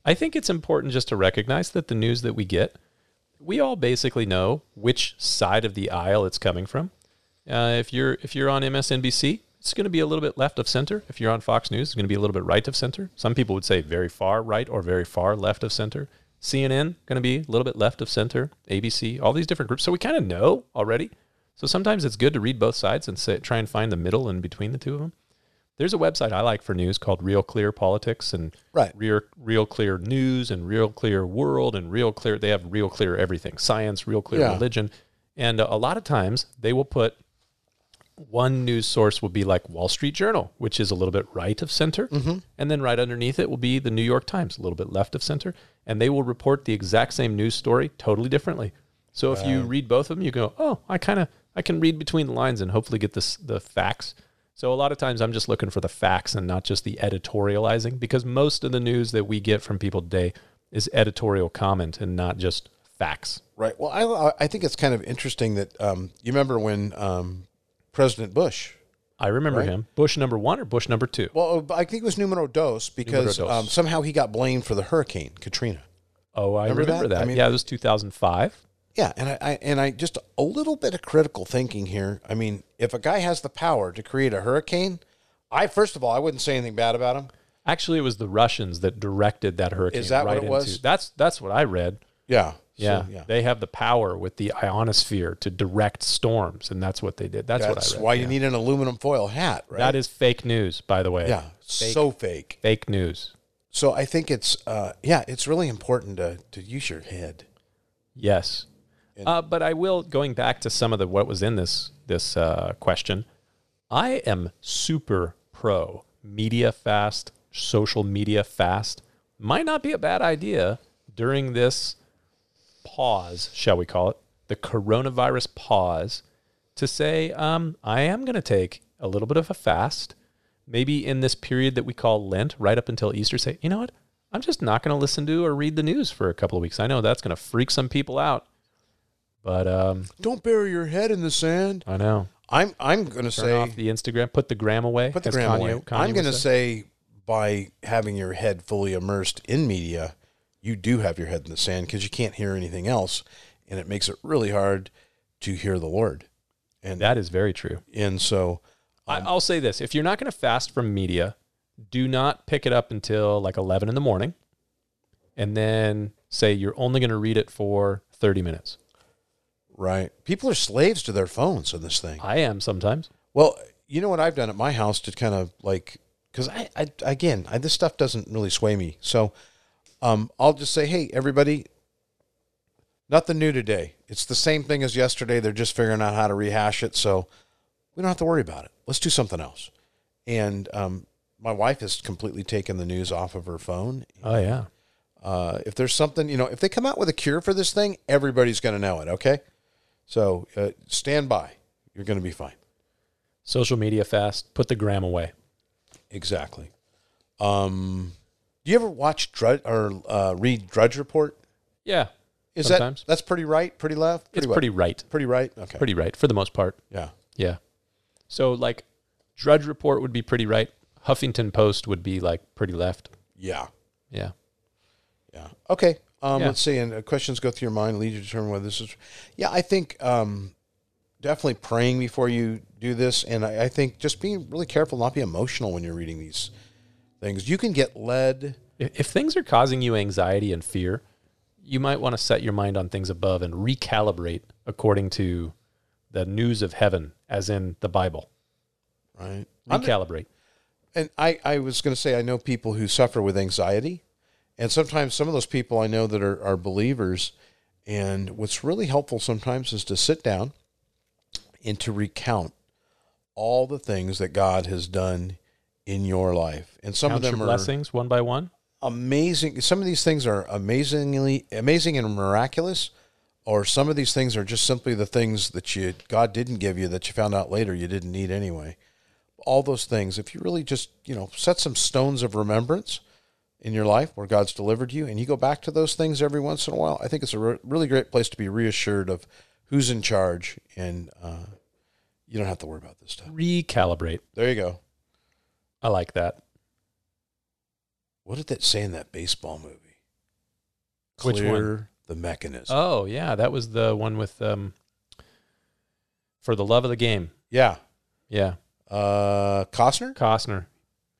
S1: I think it's important just to recognize that the news that we get, we all basically know which side of the aisle it's coming from. Uh, if you're if you're on MSNBC, it's going to be a little bit left of center. If you're on Fox News, it's going to be a little bit right of center. Some people would say very far right or very far left of center. CNN going to be a little bit left of center. ABC, all these different groups. So we kind of know already. So sometimes it's good to read both sides and say, try and find the middle and between the two of them. There's a website I like for news called Real Clear Politics and
S2: Right.
S1: Real, Real Clear News and Real Clear World and Real Clear. They have Real Clear everything, science, Real Clear
S2: Yeah.
S1: religion, and a lot of times they will put one news source will be like Wall Street Journal, which is a little bit right of center. And then right underneath it will be the New York Times, a little bit left of center. And they will report the exact same news story totally differently. So if you read both of them, you go, oh, I kind of, I can read between the lines and hopefully get this, the facts. So a lot of times I'm just looking for the facts and not just the editorializing because most of the news that we get from people today is editorial comment and not just facts.
S2: Right. Well, I, I think it's kind of interesting that um, you remember when um, President Bush
S1: I remember him. Bush number one or Bush number two?
S2: Well, uh, I think it was numero dos because
S1: Numero dos.
S2: Um, somehow he got blamed for the hurricane Katrina.
S1: Oh, I remember,
S2: Remember
S1: that.
S2: that? I mean-
S1: yeah, it was 2005.
S2: Yeah, and I, I and I just a little bit of critical thinking here. I mean, if a guy has the power to create a hurricane, I first of all I wouldn't say anything bad about him.
S1: Actually, it was the Russians that directed that hurricane.
S2: Is that what
S1: right
S2: it
S1: into,
S2: was?
S1: That's that's what I read.
S2: Yeah, So,
S1: Yeah.
S2: yeah.
S1: they have the power with the ionosphere to direct storms, and that's what they did. That's,
S2: That's
S1: what I read.
S2: why you need an aluminum foil hat, right?
S1: That is fake news, by the way.
S2: yeah, so fake.
S1: fake news.
S2: So I think it's uh, yeah, it's really important to to use your head.
S1: Yes. Uh, but I will going back to some of the what was in this this uh, question. I am super pro media fast, social media fast might not be a bad idea during this pause, shall we call it, the coronavirus pause, to say, um, I am going to take a little bit of a fast. Maybe in this period that we call Lent, right up until Easter, say, you know what? I'm just not going to listen to or read the news for a couple of weeks. I know that's going to freak some people out, but um,
S2: Don't bury your head in the sand.
S1: I know.
S2: I'm I'm gonna
S1: Turn
S2: say
S1: off the Instagram. Put the gram away.
S2: Put the
S1: as
S2: gram
S1: Kanye-
S2: away.
S1: Kanye
S2: I'm
S1: would
S2: going to
S1: say.
S2: say by having your head fully immersed in media, you do have your head in the sand because you can't hear anything else, and it makes it really hard to hear the Lord. And
S1: that is very true.
S2: and so
S1: I, I'll say this: if you're not going to fast from media, do not pick it up until like 11 in the morning, and then say you're only going to read it for 30 minutes.
S2: right, people are slaves to their phones in this thing.
S1: I am sometimes.
S2: Well, you know what I've done at my house to kind of like because I, I again I, this stuff doesn't really sway me, so um, I'll just say, hey, everybody, nothing new today. It's the same thing as yesterday. They're just figuring out how to rehash it, so we don't have to worry about it. Let's do something else. And um, my wife has completely taken the news off of her phone.
S1: Oh yeah,
S2: Uh, if there's something, you know, if they come out with a cure for this thing, everybody's going to know it. Okay, so uh, stand by. You're going to be fine.
S1: social media fast. Put the gram away.
S2: Exactly. Um, do you ever watch Drudge or uh, read Drudge Report?
S1: Yeah,
S2: Is
S1: Sometimes.
S2: that that's pretty right, pretty left, pretty
S1: it's
S2: what?
S1: pretty right.
S2: pretty right? Okay,
S1: Pretty right for the most part.
S2: yeah,
S1: Yeah. So like, Drudge Report would be pretty right. Huffington Post would be like pretty left.
S2: yeah,
S1: Yeah.
S2: yeah. Okay. Um,
S1: Yeah.
S2: Let's see. And uh, questions go through your mind, lead you to determine whether this is. Yeah, I think um, definitely praying before you do this, and I, I think just being really careful, not be emotional when you're reading these things. You can get led.
S1: If, if things are causing you anxiety and fear, you might want to set your mind on things above and recalibrate according to the news of heaven, as in the Bible.
S2: Right. I'm-
S1: Recalibrate.
S2: and I, I was going to say I know people who suffer with anxiety, and sometimes some of those people I know that are, are believers. And what's really helpful sometimes is to sit down and to recount all the things that God has done in your life. And some
S1: Count
S2: of
S1: your
S2: them are
S1: blessings one by one.
S2: amazing. Some of these things are amazingly amazing and miraculous, or some of these things are just simply the things that you God didn't give you that you found out later you didn't need anyway. All those things, if you really just you know set some stones of remembrance in your life where God's delivered you, and you go back to those things every once in a while, I think it's a re- really great place to be reassured of who's in charge, and uh, you don't have to worry about this stuff.
S1: Recalibrate.
S2: There you go.
S1: I like that.
S2: What did that say in that baseball movie?
S1: Which one?
S2: Clear the mechanism.
S1: Oh yeah, that was the one with um, for the love of the game.
S2: Yeah.
S1: Yeah,
S2: Uh, Costner.
S1: Costner.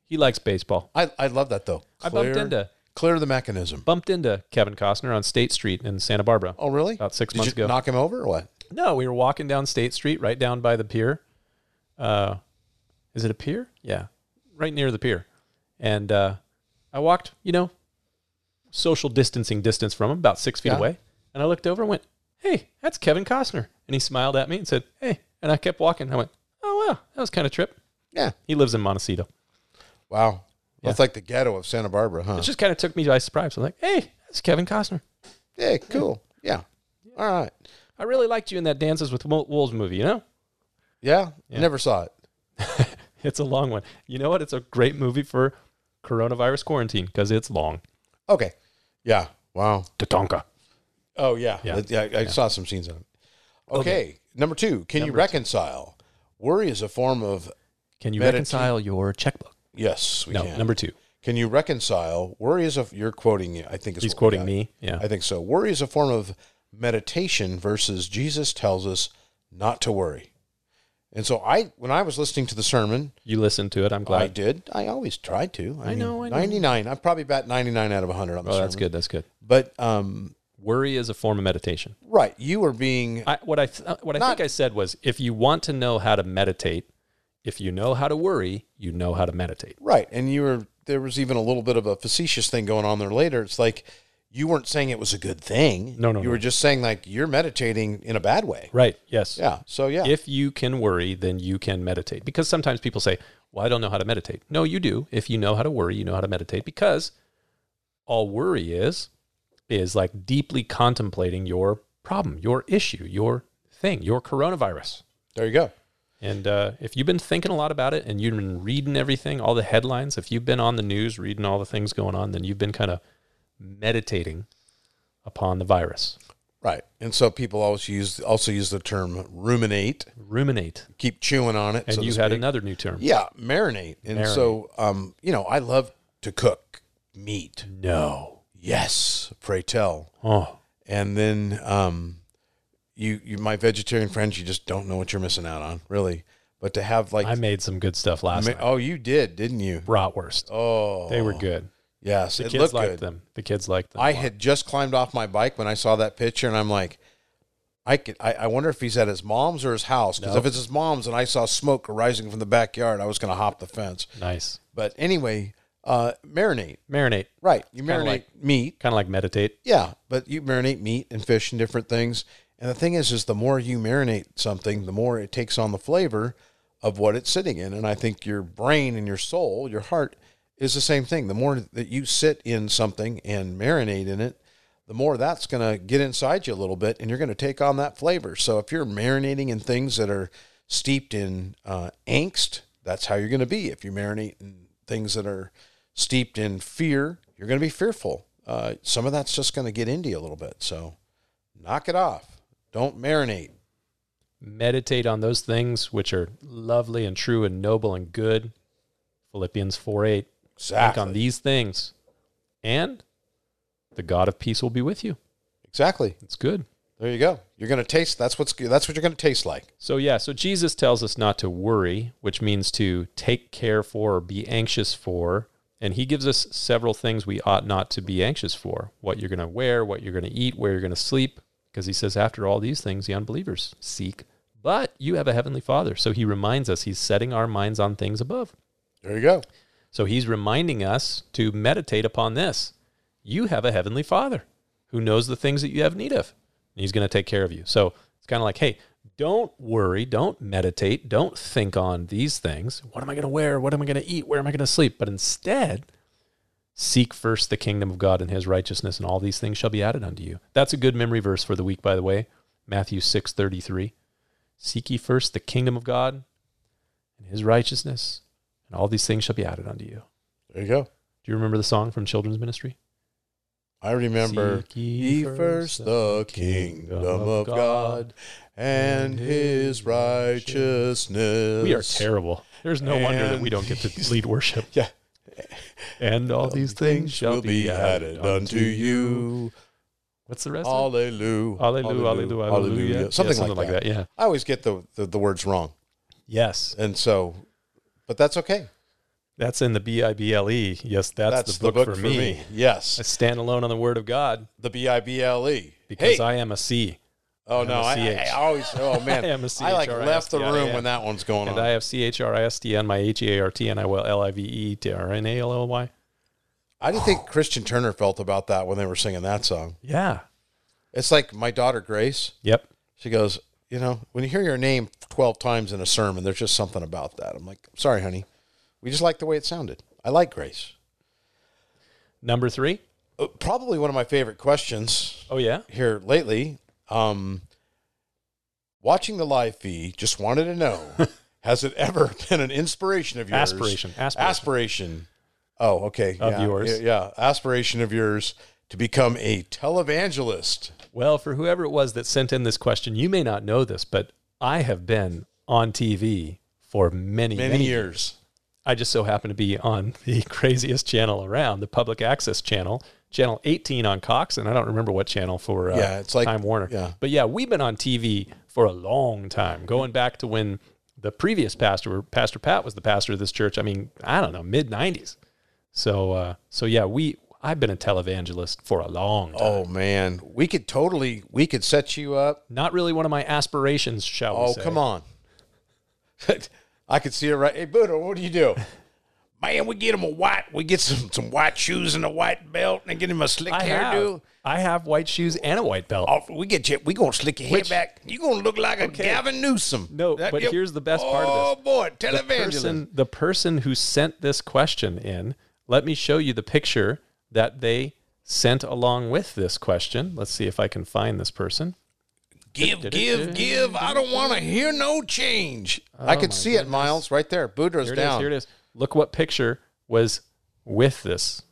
S1: He likes baseball.
S2: I, I love that though.
S1: I bumped into
S2: clear the mechanism.
S1: bumped into Kevin Costner on State Street in Santa Barbara.
S2: Oh really?
S1: About six
S2: Did
S1: months
S2: you
S1: ago.
S2: knock him over or what?
S1: No, we were walking down State Street, right down by the pier. Uh, is it a pier? Yeah, right near the pier. And uh, I walked, you know, social distancing distance from him, about six feet
S2: Yeah.
S1: away. And I looked over and went, "Hey, that's Kevin Costner." And he smiled at me and said, "Hey." And I kept walking. I went, "Oh wow, that was kind of trip."
S2: Yeah.
S1: He lives in Montecito.
S2: Wow.
S1: Yeah.
S2: That's like the ghetto of Santa Barbara, huh?
S1: It just kind of took me by surprise. I'm like, "Hey, that's Kevin Costner."
S2: yeah. Cool. Yeah. All right.
S1: I really liked you in that Dances with Wo- Wolves movie, you know?
S2: Yeah. Never saw it.
S1: It's a long one. You know what? It's a great movie for coronavirus quarantine because it's long.
S2: Okay. Yeah. Wow.
S1: Tatanka.
S2: Oh yeah.
S1: Yeah.
S2: That- I, I saw some scenes of it. Okay. Number two. Can you reconcile? Worry is a form of
S1: Can you
S2: Meditate.
S1: reconcile your checkbook?
S2: yes. We
S1: No,
S2: can.
S1: number two.
S2: Can you reconcile? Worry is a. You're quoting. I think is
S1: He's
S2: what we
S1: quoting
S2: got.
S1: me. Yeah.
S2: I think so. Worry is a form of meditation versus Jesus tells us not to worry. And so I when I was listening to the sermon,
S1: you listened to it. I'm
S2: I
S1: glad. Oh,
S2: did. I always tried to. I,
S1: know, I know.
S2: 99. I'm probably about 99 out of 100 on the
S1: oh,
S2: sermon.
S1: that's good. That's good.
S2: But um
S1: Worry is a form of meditation.
S2: right, you were being
S1: I, what I th- what I
S2: Not-
S1: think I said was, if you want to know how to meditate, if you know how to worry, you know how to meditate.
S2: right and you were there was even a little bit of a facetious thing going on there later. It's like you weren't saying it was a good thing.
S1: No, no,
S2: You
S1: no.
S2: were just saying like you're meditating in a bad way.
S1: Right. Yes.
S2: Yeah. So yeah.
S1: If you can worry, then you can meditate. Because sometimes people say, well, I don't know how to meditate. No, you do. If you know how to worry, you know how to meditate because all worry is is like deeply contemplating your problem, your issue, your thing, your coronavirus.
S2: There you go.
S1: And uh, if you've been thinking a lot about it and you've been reading everything, all the headlines, if you've been on the news reading all the things going on, then you've been kind of meditating upon the virus.
S2: Right. And so people always use also use the term ruminate,
S1: Ruminate.
S2: keep chewing on it.
S1: And
S2: so to
S1: you had
S2: speak.
S1: another new term.
S2: Yeah, marinate. And so um, you know, I love to cook meat.
S1: No.
S2: Yes, pray tell.
S1: Oh,
S2: And then um you you my vegetarian friends, you just don't know what you're missing out on, really. But to have like
S1: I made some good stuff last
S2: ma-
S1: night.
S2: oh, you did, didn't you?
S1: Bratwurst.
S2: Oh.
S1: They were good.
S2: Yes,
S1: The
S2: it
S1: kids
S2: looked
S1: liked
S2: good.
S1: them. The kids liked them.
S2: I had just climbed off my bike when I saw that picture, and I'm like, I could. I, I wonder if he's at his mom's or his house. Because if it's his mom's, and I saw smoke rising from the backyard, I was going to hop the fence.
S1: nice.
S2: But anyway, uh, marinate.
S1: Marinate.
S2: Right, you marinate
S1: like-
S2: meat.
S1: Kind of like meditate.
S2: Yeah, but you marinate meat and fish and different things. And the thing is, is the more you marinate something, the more it takes on the flavor of what it's sitting in. And I think your brain and your soul, your heart, is the same thing. The more that you sit in something and marinate in it, the more that's going to get inside you a little bit, and you're going to take on that flavor. So if you're marinating in things that are steeped in uh, angst, that's how you're going to be. If you marinate in things that are steeped in fear, you're going to be fearful. Uh, some of that's just going to get into you a little bit. So knock it off. Don't marinate.
S1: Meditate on those things which are lovely and true and noble and good. Philippians 4 8. Think
S2: Exactly.
S1: on these things. And the God of peace will be with you.
S2: exactly.
S1: It's good.
S2: There you go. You're going to taste. That's what's. That's what you're going to taste like.
S1: So, yeah, so Jesus tells us not to worry, which means to take care for or be anxious for. And he gives us several things we ought not to be anxious for what you're going to wear, what you're going to eat, where you're going to sleep. Because he says, after all these things, the unbelievers seek. But you have a heavenly father. So he reminds us he's setting our minds on things above.
S2: There you go.
S1: So he's reminding us to meditate upon this. You have a heavenly father who knows the things that you have need of, and he's going to take care of you. So it's kind of like, hey, don't worry, don't meditate, don't think on these things. What am I going to wear? What am I going to eat? Where am I going to sleep? But instead, seek first the kingdom of God and his righteousness, and all these things shall be added unto you. That's a good memory verse for the week, by the way. Matthew 6 33. Seek ye first the kingdom of God and his righteousness, and all these things shall be added unto you.
S2: There you go.
S1: Do you remember the song from children's ministry?
S2: I remember.
S1: Seek ye
S2: Ye first the kingdom of God and His righteousness.
S1: We are terrible. There's no wonder that we don't get to lead worship.
S2: Yeah.
S1: And all these things shall
S2: will
S1: be added unto you. What's the rest? of
S2: Hallelujah.
S1: it? Hallelujah, hallelujah, hallelujah. Yeah,
S2: Something,
S1: like, that. Yeah.
S2: I always get the, the, the words wrong.
S1: Yes.
S2: And so, but that's okay.
S1: That's in the B I B L E. Yes, that's, the, book for, me. I
S2: Yes.
S1: stand alone on the word of God
S2: The B I B L E.
S1: because
S2: hey.
S1: I am a C.
S2: oh, no.
S1: a
S2: I, I
S1: CH.
S2: I always, oh, man.
S1: I am a
S2: I like
S1: CHRIST,
S2: left the
S1: yeah,
S2: room
S1: yeah.
S2: when that one's going
S1: And
S2: on.
S1: I have C H R I S T N, my H E A R T, and I will L I V E T R N A L L Y.
S2: How do you think Christian Turner felt about that when they were singing that song?
S1: Yeah.
S2: It's like my daughter, Grace.
S1: Yep.
S2: She goes, you know, when you hear your name 12 times in a sermon, there's just something about that. I'm like, sorry, honey. We just like the way it sounded. I like Grace.
S1: Number three.
S2: Uh, Probably one of my favorite questions
S1: Oh yeah.
S2: here lately. Um, watching the live feed, just wanted to know, has it ever been an inspiration of yours?
S1: Aspiration. Aspiration.
S2: Aspiration. Oh, okay.
S1: Of
S2: yeah,
S1: yours.
S2: Yeah. Aspiration of yours to become a televangelist.
S1: well, for whoever it was that sent in this question, you may not know this, but I have been on TV for many,
S2: Many,
S1: many,
S2: years.
S1: I just so happen to be on the craziest channel around, the public access channel, channel 18 on Cox, and I don't remember what channel for uh,
S2: Yeah, it's like-
S1: Time Warner.
S2: yeah.
S1: But yeah, we've been on TV for a long time, going back to when the previous pastor, Pastor Pat, was the pastor of this church. I mean, I don't know, mid 90s. So, uh, so yeah, we I've been a televangelist for a long time.
S2: Oh man, we could totally we could set you up
S1: Not really one of my aspirations, shall we
S2: Oh,
S1: say.
S2: come on. I could see it right. Hey, Buddha, what do you do? man, we get him a white, we get some some white shoes and a white belt, and get him a slick
S1: I
S2: hairdo.
S1: have, I have white shoes and a white belt.
S2: Off, we get you. We gonna slick your
S1: Which-
S2: head back. You gonna look like a Gavin Newsom.
S1: No, but here's the best part of
S2: this. Oh boy,
S1: the
S2: televangelist.
S1: person, the person who sent this question in, let me show you the picture that they sent along with this question. Let's see if I can find this person.
S2: Give, give, give. I don't want to hear no change. I could see it, Miles, right there. Budra's
S1: Oh Here it is.
S2: down.
S1: Here it is. Look what picture was with this.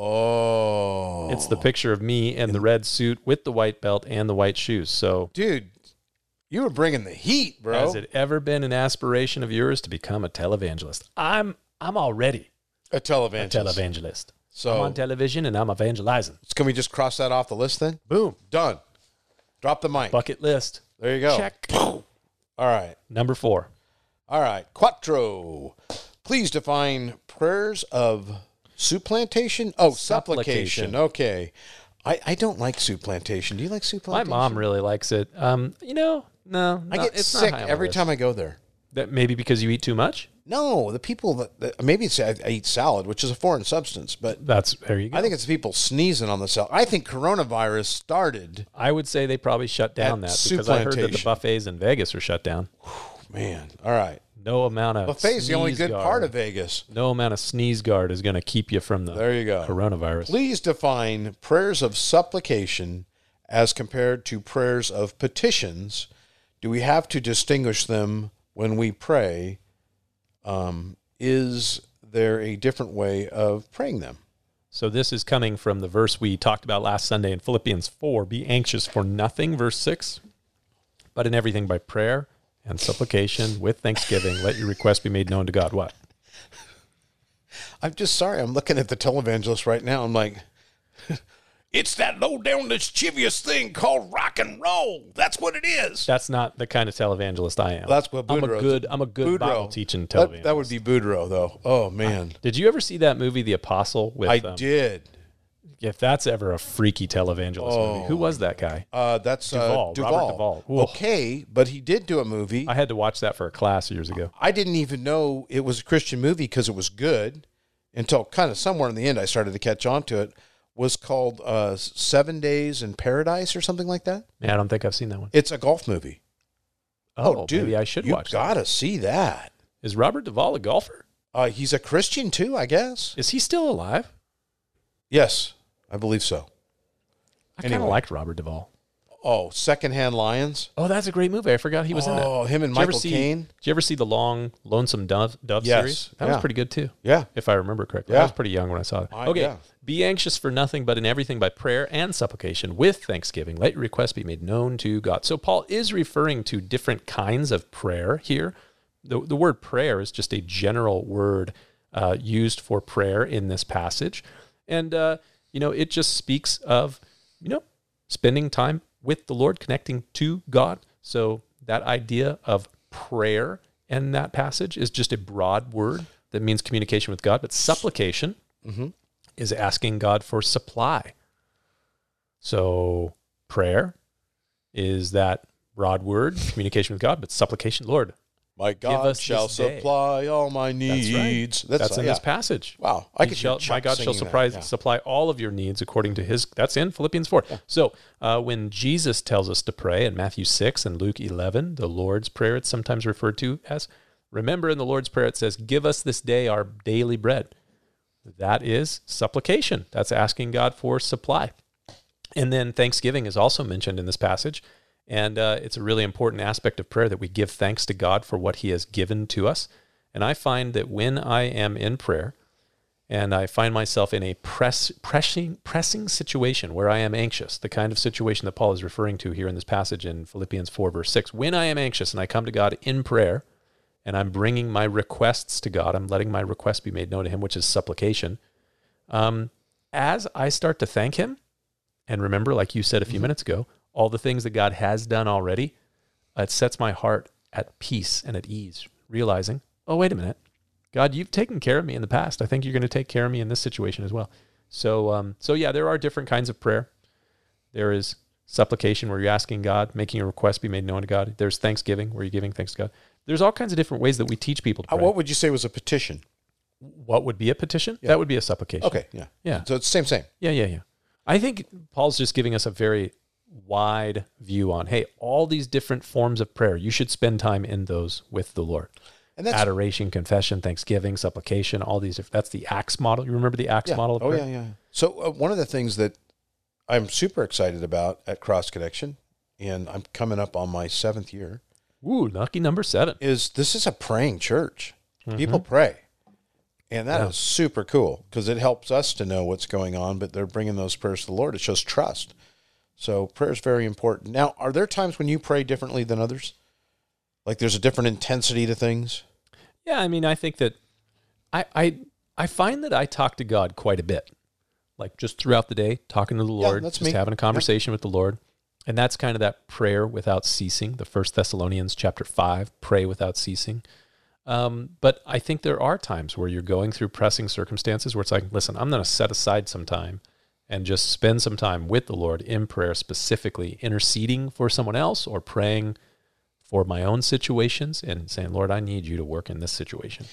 S2: Oh,
S1: It's the picture of me in the red suit with the white belt and the white shoes. So,
S2: dude, you were bringing the heat, bro.
S1: has it ever been an aspiration of yours to become a televangelist? I'm I'm already
S2: a televangelist.
S1: televangelist. I'm
S2: so
S1: on television and I'm evangelizing.
S2: can we just cross that off the list then?
S1: Boom.
S2: Done. Drop the mic.
S1: Bucket list.
S2: There you go.
S1: Check.
S2: All right.
S1: Number 4.
S2: All right. Quattro. Please define prayers of supplantation. Oh, supplication.
S1: Supplication.
S2: Okay. I, I don't like supplantation. Do you like
S1: My
S2: supplantation?
S1: mom really likes it. Um, you know, no,
S2: I get sick every time I go there.
S1: That maybe because you eat too much.
S2: No, the people that, that maybe it's I, I eat salad, which is a foreign substance, but
S1: That's there you go.
S2: I think it's the people sneezing on the salad. I think coronavirus started.
S1: I would say they probably shut down
S2: At
S1: that because I heard that the
S2: supplantation.
S1: buffets in Vegas are shut down.
S2: Man, all right.
S1: No amount of
S2: Buffet's the only
S1: sneeze
S2: good
S1: guard-
S2: part of Vegas.
S1: No amount of sneeze guard is going to keep you from the
S2: There you go.
S1: coronavirus.
S2: Please define prayers of supplication as compared to prayers of petitions. Do we have to distinguish them when we pray? Um, is there a different way of praying them?
S1: So this is coming from the verse we talked about last Sunday in Philippians 4, be anxious for nothing verse 6, but in everything by prayer and supplication with thanksgiving let your request be made known to God. What?
S2: I'm just sorry. I'm looking at the televangelist right now. I'm like, it's that low down mischievous thing called rock and roll. That's what it is.
S1: That's not the kind of televangelist I am.
S2: That's what
S1: I'm a
S2: Boudreaux's-
S1: good. I'm a good
S2: Boudreaux.
S1: Bible teaching
S2: That,
S1: televangelist.
S2: that would be Boudreaux, though. Oh man,
S1: Did you ever see that movie, The Apostle? With
S2: I
S1: um,
S2: did.
S1: if that's ever a freaky televangelist
S2: Oh.
S1: movie, who was that guy?
S2: Uh, that's Duvall.
S1: Duvall,
S2: Uh, Duvall.
S1: Robert Duvall. Ooh.
S2: Okay, but he did do a movie.
S1: I
S2: I,
S1: had to watch that for a class years ago.
S2: didn't even know it was a Christian movie because it was good until kind of somewhere in the end I started to catch on to it. Was called uh, Seven Days in Paradise or something like that.
S1: Man, I don't think I've seen that one.
S2: It's a golf movie.
S1: Oh, maybe I should
S2: you
S1: watch that.
S2: Gotta see that.
S1: Is Robert Duvall a golfer?
S2: Uh, he's a Christian too, I guess.
S1: Is he still alive?
S2: Yes, I believe so.
S1: I kind of
S2: Anyway.
S1: liked Robert Duvall.
S2: Oh, Secondhand Lions.
S1: Oh, that's a great movie. I forgot he was in it.
S2: Oh, him and
S1: Did you ever
S2: Michael
S1: see-
S2: Caine?
S1: Did you ever see the long Lonesome Dove, Dove
S2: Yes.
S1: series? That
S2: Yeah.
S1: was pretty good too.
S2: Yeah.
S1: if I remember correctly.
S2: Yeah.
S1: I was pretty young when I saw it.
S2: I-
S1: okay.
S2: yeah.
S1: Be anxious for nothing, but in everything by prayer and supplication with thanksgiving. Let your requests be made known to God. So Paul is referring to different kinds of prayer here. The, the word prayer is just a general word uh, used for prayer in this passage. And, uh, you know, it just speaks of, you know, spending time with the Lord, connecting to God. So that idea of prayer in that passage is just a broad word that means communication with God, but supplication is asking God for supply. So prayer is that broad word, communication with God, but supplication, Lord.
S2: My God
S1: us
S2: shall
S1: this day.
S2: supply all my needs.
S1: That's right. That's, in
S2: yeah.
S1: this passage.
S2: Wow, I
S1: He
S2: could
S1: shall,
S2: hear Chuck
S1: my God shall
S2: singing that,
S1: surprise,
S2: yeah.
S1: supply all of your needs according to his. That's in Philippians 4. So uh, when Jesus tells us to pray in Matthew 6 and Luke 11, the Lord's Prayer, it's sometimes referred to as. Remember in the Lord's Prayer, it says, Give us this day our daily bread. That is supplication. That's asking God for supply. And then thanksgiving is also mentioned in this passage. And uh, it's a really important aspect of prayer that we give thanks to God for what He has given to us. And I find that when I am in prayer and I find myself in a press, pressing, pressing situation where I am anxious, the kind of situation that Paul is referring to here in this passage in Philippians 4, verse 6, when I am anxious and I come to God in prayer, and I'm bringing my requests to God. I'm letting my requests be made known to Him, which is supplication. Um, as I start to thank Him, and remember, like you said a few minutes ago, all the things that God has done already, it sets my heart at peace and at ease, realizing, oh, wait a minute. God, you've taken care of me in the past. I think you're going to take care of me in this situation as well. So, um, so yeah, there are different kinds of prayer. There is supplication where you're asking God, making a request be made known to God. There's thanksgiving where you're giving thanks to God. There's all kinds of different ways that we teach people to
S2: Uh,
S1: pray.
S2: What would you say was a petition?
S1: What would be a petition? That would be a supplication.
S2: Okay, yeah,
S1: Yeah.
S2: So it's same, same.
S1: Yeah, yeah, yeah. I think Paul's just giving us a very wide view on hey, all these different forms of prayer. You should spend time in those with the Lord.
S2: And that's
S1: Adoration, confession, thanksgiving, supplication, all these. That's the Acts model. You remember the Acts
S2: yeah.
S1: model? Of
S2: oh
S1: prayer?
S2: yeah, yeah. So uh, one of the things that I'm super excited about at Cross Connection, and I'm coming up on my seventh year,
S1: Ooh, lucky number seven.
S2: is this is a praying church.
S1: Mm-hmm.
S2: People pray. And that is super cool because it helps us to know what's going on, but they're bringing those prayers to the Lord. It shows trust. So prayer is very important. Now, are there times when you pray differently than others? Like there's a different intensity to things?
S1: Yeah, I mean, I think that I I I find that I talk to God quite a bit, like just throughout the day, talking to the Lord,
S2: that's
S1: just
S2: me.
S1: having a conversation with the Lord, and that's kind of that prayer without ceasing. The First Thessalonians chapter five, pray without ceasing. Um, but I think there are times where you're going through pressing circumstances where it's like, listen, I'm going to set aside some time and just spend some time with the Lord in prayer, specifically interceding for someone else or praying for my own situations and saying, Lord, I need you to work in this situation.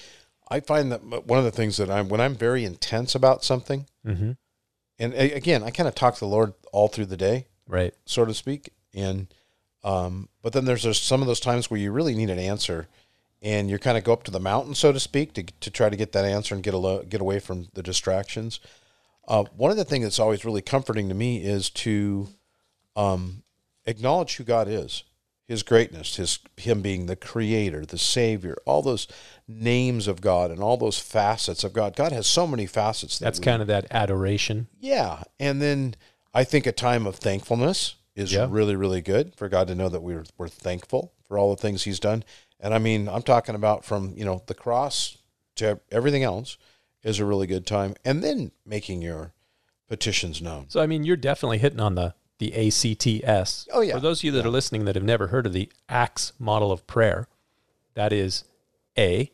S2: I find that m- one of the things that I'm when I'm very intense about something,
S1: Mm-hmm.
S2: and a- again, I kind of talk to the Lord all through the day,
S1: Right.
S2: so to speak. And um, but then there's, there's some of those times where you really need an answer, and you kind of go up to the mountain, so to speak, to, to try to get that answer and get alo- get away from the distractions. Uh, one of the things that's always really comforting to me is to um, acknowledge who God is, His greatness, His Him being the Creator, the Savior, all those names of God, and all those facets of God. God has so many facets. That
S1: That's
S2: we
S1: kind of that adoration.
S2: yeah. And then I think a time of thankfulness is
S1: Yeah.
S2: really, really good for God to know that we're, we're thankful for all the things He's done. And I mean, I'm talking about from, you know, the cross to everything else is a really good time. And then making your petitions known.
S1: So, I mean, you're definitely hitting on the, the ACTS.
S2: Oh, yeah.
S1: For those of you that are listening that have never heard of the ACTS model of prayer, that is A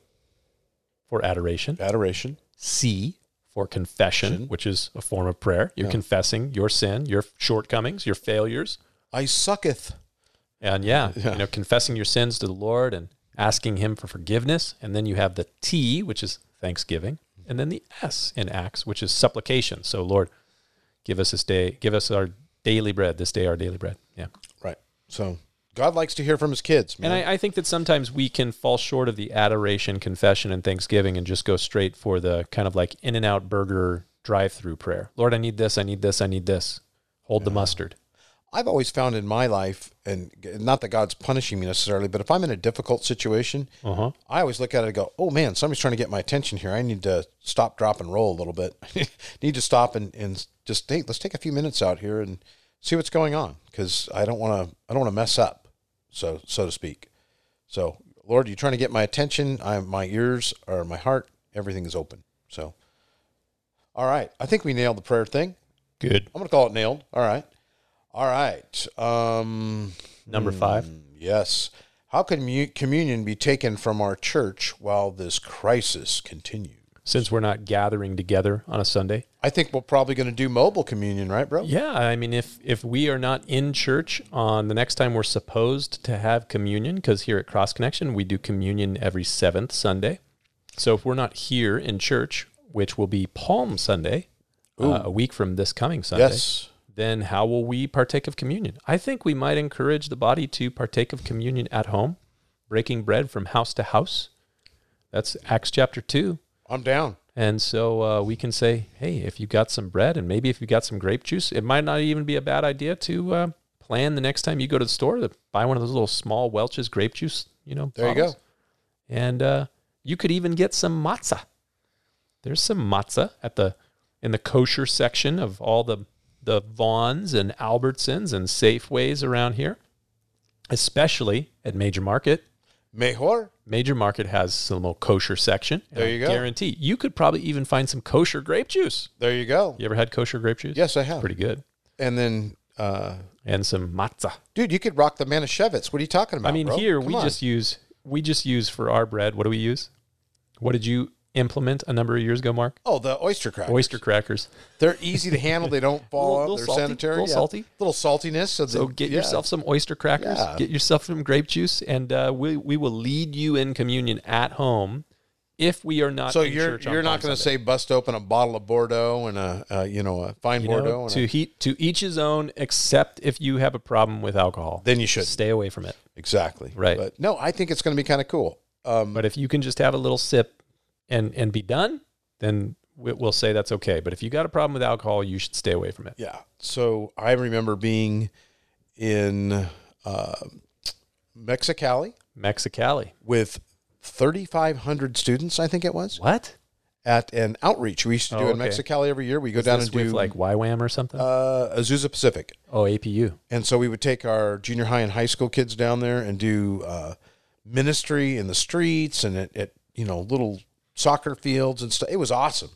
S1: for adoration,
S2: Adoration.
S1: C for confession, which is a form of prayer. You're confessing your sin, your shortcomings, your failures.
S2: I sucketh.
S1: And yeah, you know, confessing your sins to the Lord and asking Him for forgiveness. And then you have the T, which is thanksgiving, and then the S in Acts, which is supplication. So, Lord, give us this day, give us our daily bread, this day our daily bread. Yeah.
S2: Right. So God likes to hear from His kids, man.
S1: And I, I think that sometimes we can fall short of the adoration, confession, and thanksgiving and just go straight for the kind of like in and out burger drive through prayer. Lord, I need this, I need this, I need this. Hold the mustard.
S2: I've always found in my life, and g- not that God's punishing me necessarily, but if I'm in a difficult situation, I always look at it and go, "Oh man, somebody's trying to get my attention here. I need to stop, drop, and roll a little bit. need to stop and, and just hey, let's take a few minutes out here and see what's going on because I don't want to I don't want to mess up, so so to speak. So Lord, you're trying to get my attention. I my ears or my heart, everything is open. So, all right, I think we nailed the prayer thing.
S1: Good.
S2: I'm gonna call it nailed. All right, all right. Um,
S1: Number five.
S2: Yes. How can mu- communion be taken from our church while this crisis continues?
S1: Since we're not gathering together on a Sunday,
S2: I think we're probably going to do mobile communion, right, bro?
S1: Yeah, I mean, if if we are not in church on the next time we're supposed to have communion, because here at Cross Connection we do communion every seventh Sunday, so if we're not here in church, which will be Palm Sunday, uh, a week from this coming Sunday,
S2: Yes.
S1: then how will we partake of communion? I think we might encourage the body to partake of communion at home, breaking bread from house to house. That's Acts chapter two.
S2: I'm down.
S1: And so uh, we can say, hey, if you got some bread and maybe if you got some grape juice, it might not even be a bad idea to uh, plan the next time you go to the store to buy one of those little small Welch's grape juice, you know.
S2: There you
S1: bottles.
S2: go.
S1: And uh, you could even get some matzah. There's some matzah at the in the kosher section of all the the Vons and Albertsons and Safeways around here, especially at Major Market.
S2: Mejor.
S1: Major Market has some little kosher section. and
S2: There
S1: I
S2: you go.
S1: Guarantee you could probably even find some kosher grape juice.
S2: There you go.
S1: You ever had kosher grape juice?
S2: Yes, I have.
S1: Pretty good.
S2: And then, uh,
S1: And some matzah.
S2: dude, you could rock the Manischewitz. What are you talking about?
S1: I mean,
S2: bro?
S1: here
S2: Come
S1: we
S2: on.
S1: just use we just use for our bread. What do we use? What did you implement a number of years ago, Mark?
S2: Oh, the oyster crackers.
S1: Oyster crackers.
S2: They're easy to handle. They don't fall
S1: Little- little
S2: off. They're
S1: salty,
S2: sanitary.
S1: little salty.
S2: Little saltiness. So,
S1: So
S2: that-
S1: get
S2: yeah.
S1: yourself some oyster crackers,
S2: Yeah.
S1: get yourself some grape juice, and uh, we, we will lead you in communion at home if we are not
S2: So
S1: in
S2: you're
S1: church on
S2: you're not
S1: Palm
S2: going to
S1: Sunday.
S2: say bust open a bottle of Bordeaux and a, a you know a fine
S1: You know,
S2: Bordeaux. and
S1: to
S2: a,
S1: heat to each his own except if you have a problem with alcohol
S2: then you should
S1: stay away from it
S2: exactly
S1: Right.
S2: But no, I think it's going to be kind of cool. Um,
S1: but if you can just have a little sip and and be done then we- we'll say that's okay but if you got a problem with alcohol you should stay away from it
S2: Yeah. So I remember being in uh, Mexicali
S1: mexicali
S2: with 3,500 students, I think it was,
S1: what
S2: at an outreach we used to do
S1: Oh,
S2: in
S1: okay.
S2: Mexicali every year. We go down
S1: This
S2: and do
S1: with like YWAM or something
S2: uh, Azusa Pacific.
S1: oh apu
S2: And so we would take our junior high and high school kids down there and do uh, ministry in the streets and at, at, you know, little soccer fields and stuff. It was awesome.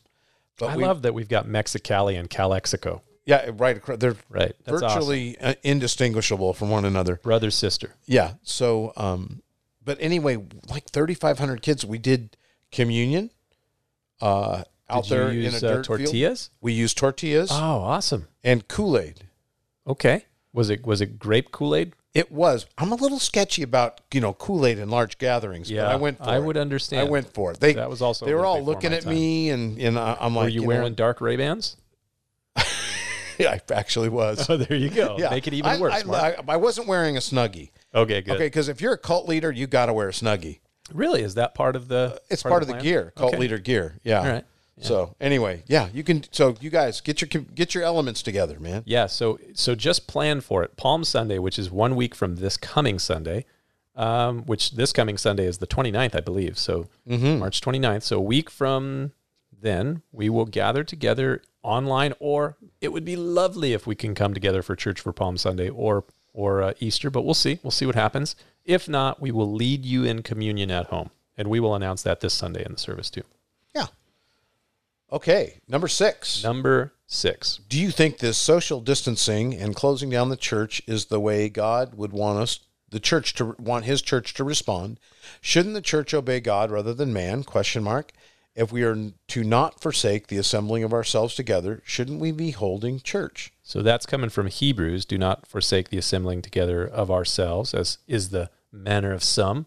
S2: But
S1: i
S2: we,
S1: love that we've got mexicali and calexico
S2: yeah, right. acro- They're
S1: right that's awesome.
S2: virtually uh indistinguishable from one another.
S1: brother sister
S2: Yeah. So, um, but anyway, like 3,500 kids, we did communion uh, out
S1: Did
S2: there
S1: you
S2: in a
S1: use uh,
S2: dirt field.
S1: tortillas
S2: We used tortillas
S1: oh awesome
S2: and Kool Aid.
S1: okay was it was it grape kool-aid
S2: It was. I'm a little sketchy about you know Kool Aid in large gatherings, but I went. For
S1: i
S2: it.
S1: would
S2: I
S1: understand
S2: went for it. They
S1: That was also a
S2: They were
S1: little
S2: all
S1: before my
S2: looking at
S1: time.
S2: me, and and I- I'm like,
S1: were you,
S2: know,
S1: wearing dark ray bans
S2: I actually was.
S1: so Oh, there you go
S2: Yeah.
S1: make it even
S2: I-
S1: worse
S2: I,
S1: Mark.
S2: I, I wasn't wearing a snuggie.
S1: okay good
S2: Okay, because if you're a cult leader, you got to wear a snuggie.
S1: Really, is that part of the?
S2: Uh, It's part, of the,
S1: plan?
S2: gear, cult
S1: Okay.
S2: leader gear. Yeah.
S1: All right.
S2: So anyway, yeah, you can. So you guys get your get your elements together, man.
S1: Yeah. So so just plan for it. Palm Sunday, which is one week from this coming Sunday, um, which this coming Sunday is the 29th, I believe. So
S2: Mm-hmm.
S1: March 29th. So a week from then, we will gather together online, or it would be lovely if we can come together for church for Palm Sunday or or uh, Easter. But we'll see. We'll see what happens. If not, we will lead you in communion at home, and we will announce that this Sunday in the service too.
S2: Yeah. Okay, number six.
S1: Number six.
S2: Do you think this social distancing and closing down the church is the way God would want us, the church to want His church to respond? Shouldn't the church obey God rather than man? Question mark. If we are to not forsake the assembling of ourselves together, shouldn't we be holding church?
S1: So that's coming from Hebrews. Do not forsake the assembling together of ourselves, as is the manner of some.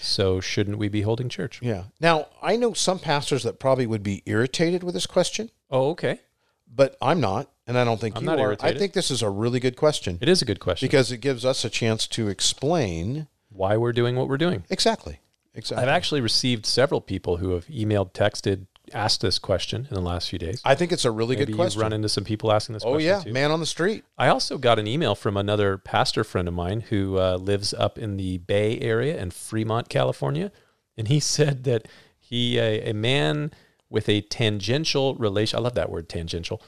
S1: So shouldn't we be holding church?
S2: Yeah. Now I know some pastors that probably would be irritated with this question.
S1: Oh, okay.
S2: but I'm not, and I don't think
S1: I'm
S2: you
S1: not
S2: are.
S1: irritated.
S2: I think this is a really good question
S1: It is a good question.
S2: because it gives us a chance to explain
S1: Why we're doing what we're doing.
S2: exactly.
S1: I've
S2: Exactly.
S1: actually received several people who have emailed, texted, asked this question in the last few days.
S2: I think it's a really
S1: Maybe
S2: good
S1: you've
S2: question.
S1: run into some people asking this
S2: oh
S1: question
S2: yeah,
S1: too.
S2: man on the street.
S1: I also got an email from another pastor friend of mine who uh, lives up in the Bay Area in Fremont, California, and he said that he a, a man with a tangential relation. I love that word tangential.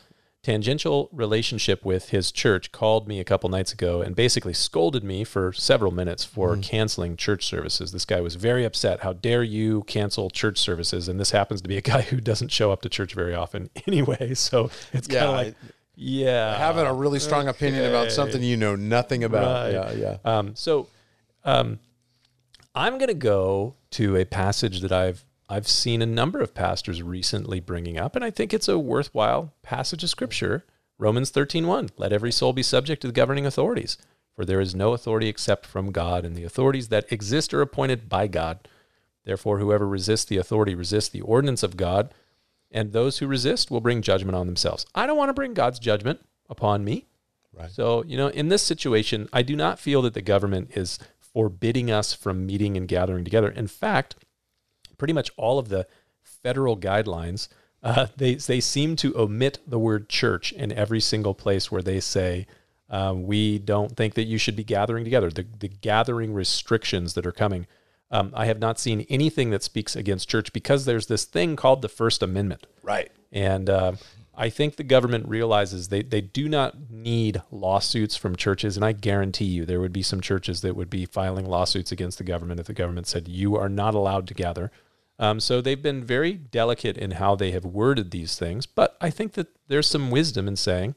S1: Tangential relationship with his church called me a couple nights ago and basically scolded me for several minutes for canceling church services. This guy was very upset. How dare you cancel church services? And this happens to be a guy who doesn't show up to church very often anyway. So it's kind
S2: Yeah,
S1: of like, yeah.
S2: Having a really strong opinion about something you know nothing about.
S1: Right.
S2: Yeah, yeah.
S1: Um, so um, I'm going to go to a passage that I've I've seen a number of pastors recently bringing up, and I think it's a worthwhile passage of scripture. Romans 13:1, let every soul be subject to the governing authorities, for there is no authority except from God, and the authorities that exist are appointed by God. Therefore, whoever resists the authority resists the ordinance of God, and those who resist will bring judgment on themselves. I don't want to bring God's judgment upon me.
S2: Right.
S1: So, you know, in this situation, I do not feel that the government is forbidding us from meeting and gathering together. In fact, pretty much all of the federal guidelines, uh, they, they seem to omit the word church in every single place where they say, uh, we don't think that you should be gathering together. The, the gathering restrictions that are coming. Um, I have not seen anything that speaks against church because there's this thing called the First Amendment.
S2: Right.
S1: And uh, I think the government realizes they, they do not need lawsuits from churches. And I guarantee you, there would be some churches that would be filing lawsuits against the government if the government said, you are not allowed to gather. Um, so they've been very delicate in how they have worded these things. But I think that there's some wisdom in saying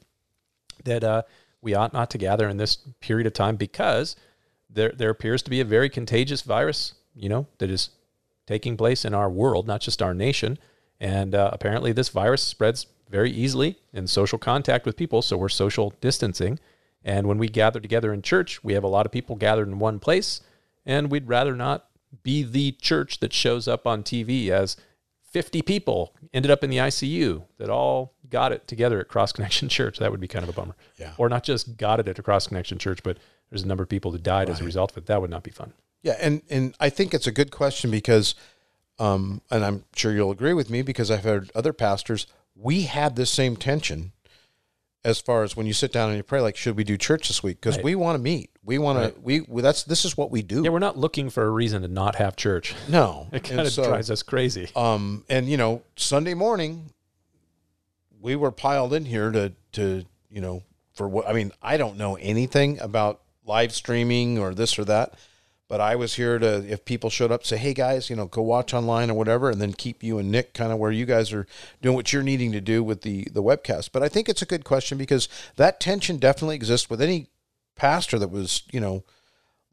S1: that uh, we ought not to gather in this period of time because there, there appears to be a very contagious virus, you know, that is taking place in our world, not just our nation. And uh, apparently, this virus spreads very easily in social contact with people. So we're social distancing. And when we gather together in church, we have a lot of people gathered in one place, and we'd rather not be the church that shows up on TV as 50 people ended up in the ICU that all got it together at Cross Connection Church. That would be kind of a bummer.
S2: Yeah.
S1: Or not just got it at a Cross Connection Church, but there's a number of people who died as a result of it. That would not be fun.
S2: Yeah, and and I think it's a good question because, um, and I'm sure you'll agree with me because I've heard other pastors. We had this same tension as far as when you sit down and you pray, like, should we do church this week? Because we want to meet. We want to. We, we that's this is what we do.
S1: Yeah, we're not looking for a reason to not have church.
S2: no,
S1: It kind
S2: And
S1: of drives us crazy.
S2: um, and you know, Sunday morning, we were piled in here to to you know for what I mean. I don't know anything about live streaming or this or that, but I was here to if people showed up, say, hey guys, you know, go watch online or whatever, and then keep you and Nick kind of where you guys are doing what you're needing to do with the the webcast. But I think it's a good question because that tension definitely exists with any pastor that was you know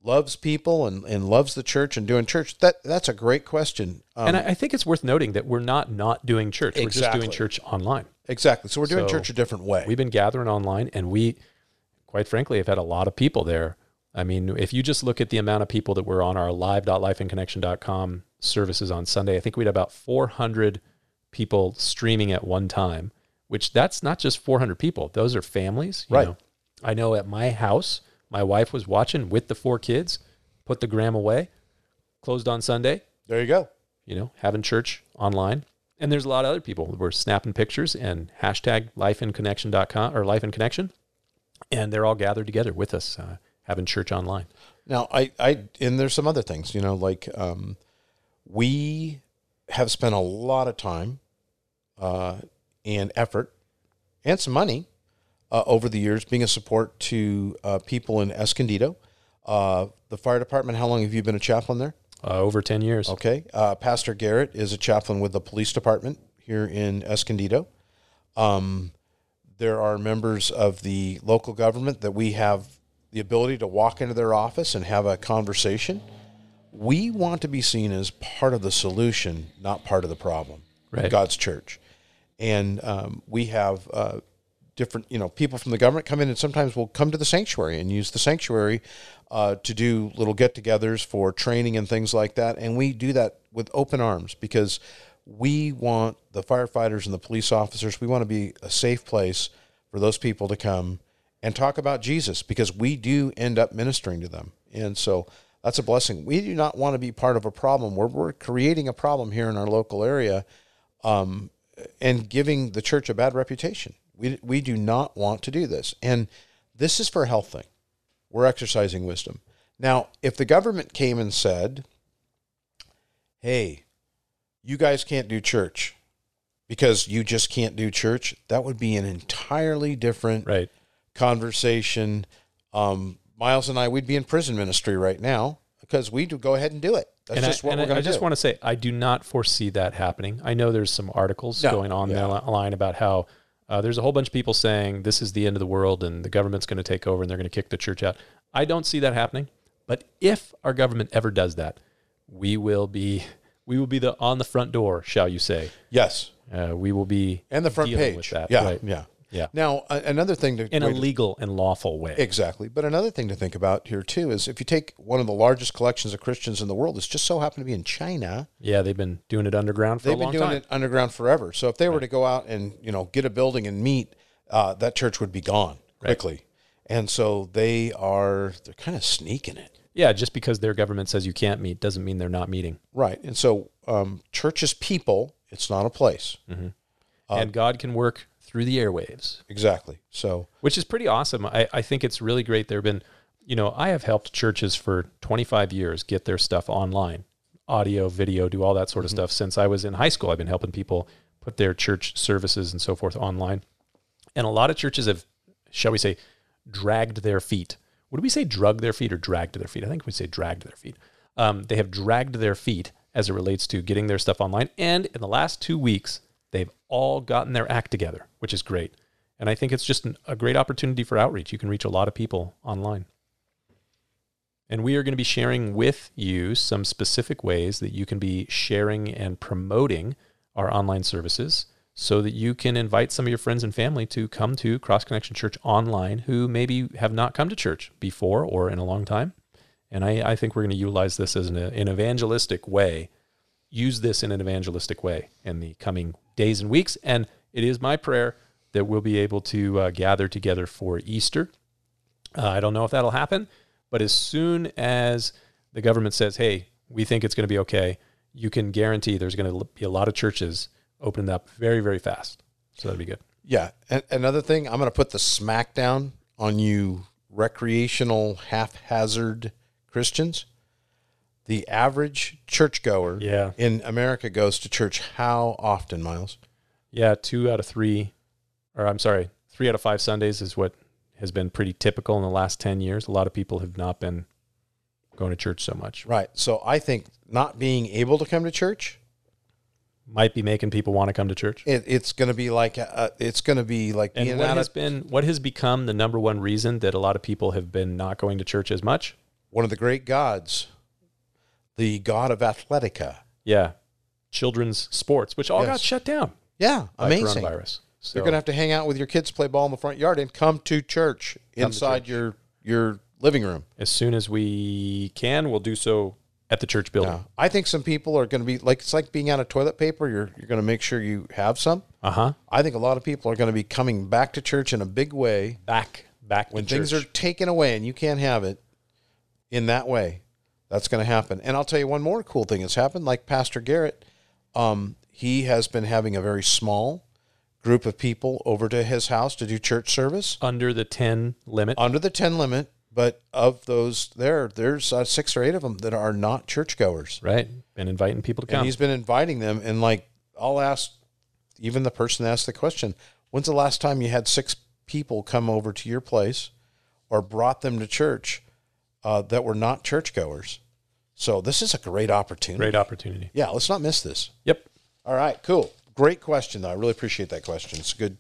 S2: loves people and, and loves the church and doing church that that's a great question um,
S1: and I, I think it's worth noting that we're not not doing church. We're just
S2: Exactly.
S1: doing church online.
S2: Exactly. So we're doing
S1: So-
S2: church a different way.
S1: We've been gathering online, and we, quite frankly, have had a lot of people there. I mean, if you just look at the amount of people that were on our live.lifeandconnection.com services on Sunday, I think we had about 400 people streaming at one time, which that's not just 400 people. Those are families. you
S2: Right.
S1: know. I know at my house, my wife was watching with the four kids, put the gram away, closed on Sunday,
S2: there you go.
S1: you know, having church online. And there's a lot of other people. We're snapping pictures and hashtag lifeinconnection.com or life in connection. And they're all gathered together with us uh, having church online.
S2: Now, I, I, and there's some other things, you know, like um, we have spent a lot of time uh, and effort and some money uh, over the years being a support to uh, people in Escondido. Uh, the fire department, how long have you been a chaplain there?
S1: Uh, over 10 years.
S2: Okay. Uh, Pastor Garrett is a chaplain with the police department here in Escondido. Um, there are members of the local government that we have the ability to walk into their office and have a conversation. We want to be seen as part of the solution, not part of the problem.
S1: Right.
S2: God's church. And um, we have uh, different, you know, people from the government come in and sometimes will come to the sanctuary and use the sanctuary uh, to do little get togethers for training and things like that. And we do that with open arms because we want the firefighters and the police officers, we want to be a safe place for those people to come and talk about Jesus because we do end up ministering to them. And so that's a blessing. We do not want to be part of a problem. We're, we're creating a problem here in our local area um, and giving the church a bad reputation. We, we do not want to do this. And this is for a health thing. We're exercising wisdom. Now, if the government came and said, hey, you guys can't do church because you just can't do church, that would be an entirely different
S1: Right.
S2: conversation. Um, Miles and I, we'd be in prison ministry right now because we do go ahead and do it. That's
S1: and
S2: just
S1: I,
S2: what
S1: and
S2: we're
S1: I-
S2: going
S1: I
S2: to do.
S1: just want to say, I do not foresee that happening. I know there's some articles
S2: No.
S1: going on there online about how uh, there's a whole bunch of people saying this is the end of the world and the government's going to take over and they're going to kick the church out. I don't see that happening. But if our government ever does that, we will be we will be the on the front door, shall you say?
S2: yes.
S1: Uh, we will be
S2: And the front
S1: dealing
S2: page.
S1: with that,
S2: yeah.
S1: right.
S2: Yeah.
S1: Yeah.
S2: Now, a- another thing to
S1: in a
S2: wait-
S1: legal and lawful way.
S2: Exactly. But another thing to think about here too is if you take one of the largest collections of Christians in the world, it's just so happened to be in China.
S1: yeah, they've been doing it underground for
S2: They've
S1: a
S2: been
S1: long
S2: doing
S1: time.
S2: it underground forever. So if they were to go out and you know get a building and meet, uh, that church would be gone quickly. And so they are they're kind of sneaking it,
S1: Yeah, just because their government says you can't meet doesn't mean they're not meeting.
S2: right? And so um, church is people. It's not a place.
S1: Hmm. and God can work through the airwaves.
S2: Exactly. So
S1: which is pretty awesome. I, I think it's really great. There have been, you know, I have helped churches for 25 years get their stuff online, audio, video, do all that sort of stuff. Since I was in high school, I've been helping people put their church services and so forth online. And a lot of churches have, shall we say, dragged their feet. Would we say drug their feet or dragged their feet? I think we say dragged their feet. Um, they have dragged their feet as it relates to getting their stuff online. And in the last two weeks, they've all gotten their act together, which is great. And I think it's just an, a great opportunity for outreach. You can reach a lot of people online. And we are going to be sharing with you some specific ways that you can be sharing and promoting our online services so that you can invite some of your friends and family to come to Cross Connection Church online who maybe have not come to church before or in a long time And I, I think we're going to utilize this as an, an evangelistic way, use this in an evangelistic way in the coming days and weeks. And it is my prayer that we'll be able to uh, gather together for Easter. Uh, I don't know if that'll happen, but as soon as the government says, hey, we think it's going to be okay, you can guarantee there's going to be a lot of churches opening up very, very fast. So that'd be good.
S2: Yeah. And another thing, I'm going to put the smackdown on you recreational haphazard Christians. The average churchgoer
S1: Yeah.
S2: in America goes to church how often, Miles?
S1: Yeah, two out of three, or I'm sorry, three out of five Sundays is what has been pretty typical in the last 10 years. A lot of people have not been going to church so much.
S2: Right. So I think not being able to come to church,
S1: Might be making people want to come to church.
S2: it, it's going to be like uh, it's going to be like
S1: And
S2: being
S1: what
S2: out
S1: has
S2: of,
S1: been what has become the number one reason that a lot of people have been not going to church as much?
S2: one of the great gods, the god of Athletica.
S1: Yeah. Children's sports, which all got
S2: Yes.
S1: shut down
S2: Yeah,
S1: by
S2: amazing.
S1: coronavirus. So
S2: You're going to have to hang out with your kids, play ball in the front yard, and come to church inside your your living room.
S1: as soon as we can, we'll do so at the church building.
S2: Yeah. I think some people are going to be like it's like being out of toilet paper. You're you're going to make sure you have some.
S1: Uh huh.
S2: I think a lot of people are going to be coming back to church in a big way
S1: Back, back
S2: when
S1: to
S2: things
S1: church.
S2: are taken away and you can't have it in that way. That's going to happen. And I'll tell you one more cool thing that's happened. Like Pastor Garrett, um, he has been having a very small group of people over to his house to do church service
S1: under the ten limit.
S2: under the 10 limit. But of those there, there's uh, six or eight of them that are not churchgoers.
S1: Right. Been inviting people to
S2: And
S1: come.
S2: he's been inviting them. And like, I'll ask even the person that asked the question, when's the last time you had six people come over to your place or brought them to church uh, that were not churchgoers? So this is a great opportunity.
S1: Great opportunity.
S2: Yeah, let's not miss this.
S1: Yep.
S2: All right, cool. Great question, though. I really appreciate that question. It's a good,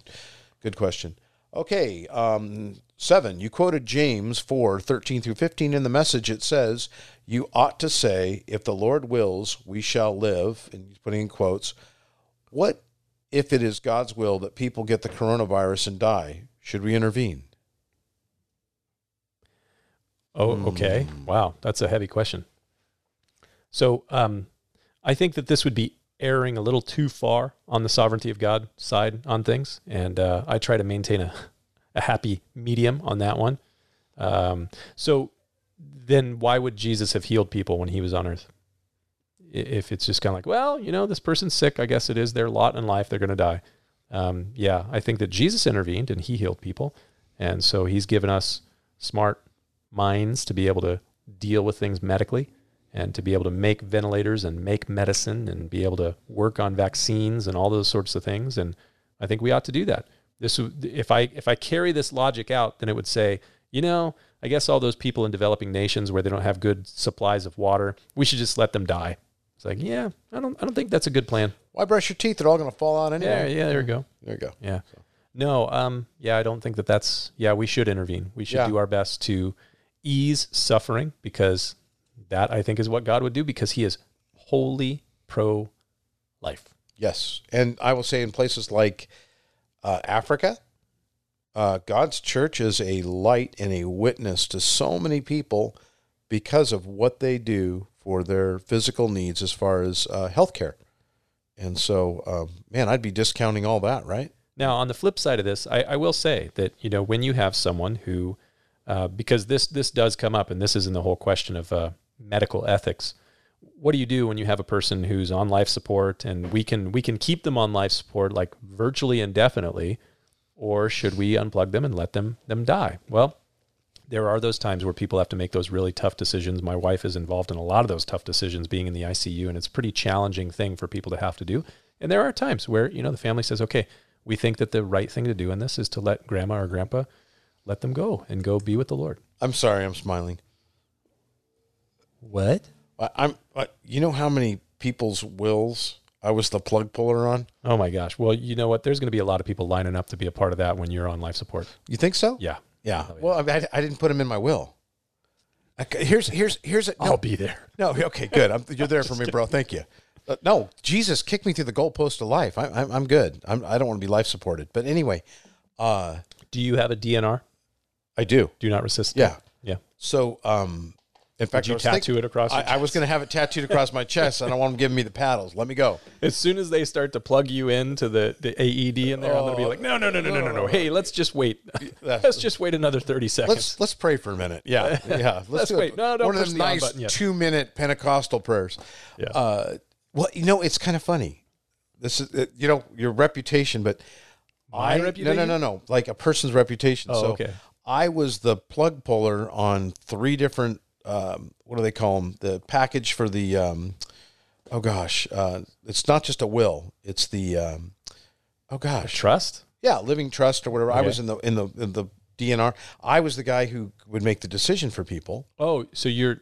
S2: good question. Okay, um, seven. You quoted James four thirteen through fifteen in the message. It says, "You ought to say, if the Lord wills, we shall live." And he's putting in quotes. What if it is God's will that people get the coronavirus and die? Should we intervene?
S1: Oh, okay. Wow, that's a heavy question. So, um, I think that this would be erring a little too far on the sovereignty of God side on things, and uh, I try to maintain a, a happy medium on that one. Um, so, then why would Jesus have healed people when he was on earth? I- If it's just kind of like, well, you know, this person's sick, I guess it is their lot in life, they're going to die. Um, yeah, I think that Jesus intervened and he healed people. And so he's given us smart minds to be able to deal with things medically and to be able to make ventilators and make medicine and be able to work on vaccines and all those sorts of things and I think we ought to do that. This would- if I if I carry this logic out then it would say, you know, I guess all those people in developing nations where they don't have good supplies of water, we should just let them die. It's like, yeah, I don't I don't think that's a good plan.
S2: Why brush your teeth? They're all going to fall out
S1: Yeah,
S2: anyway.
S1: yeah, there you go.
S2: There you go.
S1: Yeah. No, um, yeah, I don't think that that's, yeah, we should intervene. We should
S2: Yeah.
S1: do our best to ease suffering because that, I think, is what God would do because he is wholly pro life.
S2: Yes. And I will say in places like uh, Africa, uh, God's church is a light and a witness to so many people because of what they do for their physical needs as far as uh, health care. And so, um, man, I'd be discounting all that, right?
S1: Now, on the flip side of this, I, I will say that you know when you have someone who, uh, because this this does come up, and this is in the whole question of uh, medical ethics. What do you do when you have a person who's on life support, and we can we can keep them on life support like virtually indefinitely, or should we unplug them and let them them die? Well, there are those times where people have to make those really tough decisions. My wife is involved in a lot of those tough decisions being in the ICU, and it's a pretty challenging thing for people to have to do. And there are times where, you know, the family says, okay, we think that the right thing to do in this is to let grandma or grandpa let them go and go be with the Lord.
S2: I'm sorry, I'm smiling.
S1: What?
S2: I, I'm, I, you know how many people's wills I was the plug puller on?
S1: Oh my gosh. Well, you know what? There's going to be a lot of people lining up to be a part of that when you're on life support.
S2: You think so?
S1: Yeah.
S2: Yeah. Well, I, I didn't put them in my will. I, here's, here's, here's, a, no,
S1: I'll be there.
S2: No, okay, good. I'm, you're there for me, bro. Thank you. Uh, no, Jesus kicked me through the goalpost of life. I, I'm, I'm good. I'm, I don't want to be life supported. But anyway, uh,
S1: Do you have a DNR?
S2: I do.
S1: Do not resist.
S2: Yeah.
S1: Yeah.
S2: So um, In fact,
S1: you
S2: I was thinking-
S1: tattoo it across your
S2: I, I was going to have it tattooed across my chest. I don't want them giving me the paddles. Let me go.
S1: As soon as they start to plug you into the, the AED in there, I'm going to
S2: Oh,
S1: be like, no, no, no, no, no, no, no. Hey, let's just wait. let's just wait another 30 seconds.
S2: Let's let's pray for a minute. Yeah, yeah. Let's, do
S1: wait. No, don't
S2: one
S1: push
S2: of
S1: the
S2: them
S1: on
S2: nice
S1: button yet.
S2: two-minute Pentecostal prayers.
S1: Yeah.
S2: Uh, well, you know, it's kind of funny. This is uh, you know your reputation, but
S1: My
S2: I,
S1: reputation? Oh,
S2: No, no, no, no. Like a person's reputation. so
S1: okay.
S2: I was the plug puller on three different. Um, what do they call them? The package for the. Um, oh gosh, uh, it's not just a will. It's the. Um, oh gosh,
S1: Trust?
S2: yeah, Living Trust or whatever. I
S1: Okay.
S2: was in the in the in the DNR. I was the guy who would make the decision for people.
S1: Oh, so you're.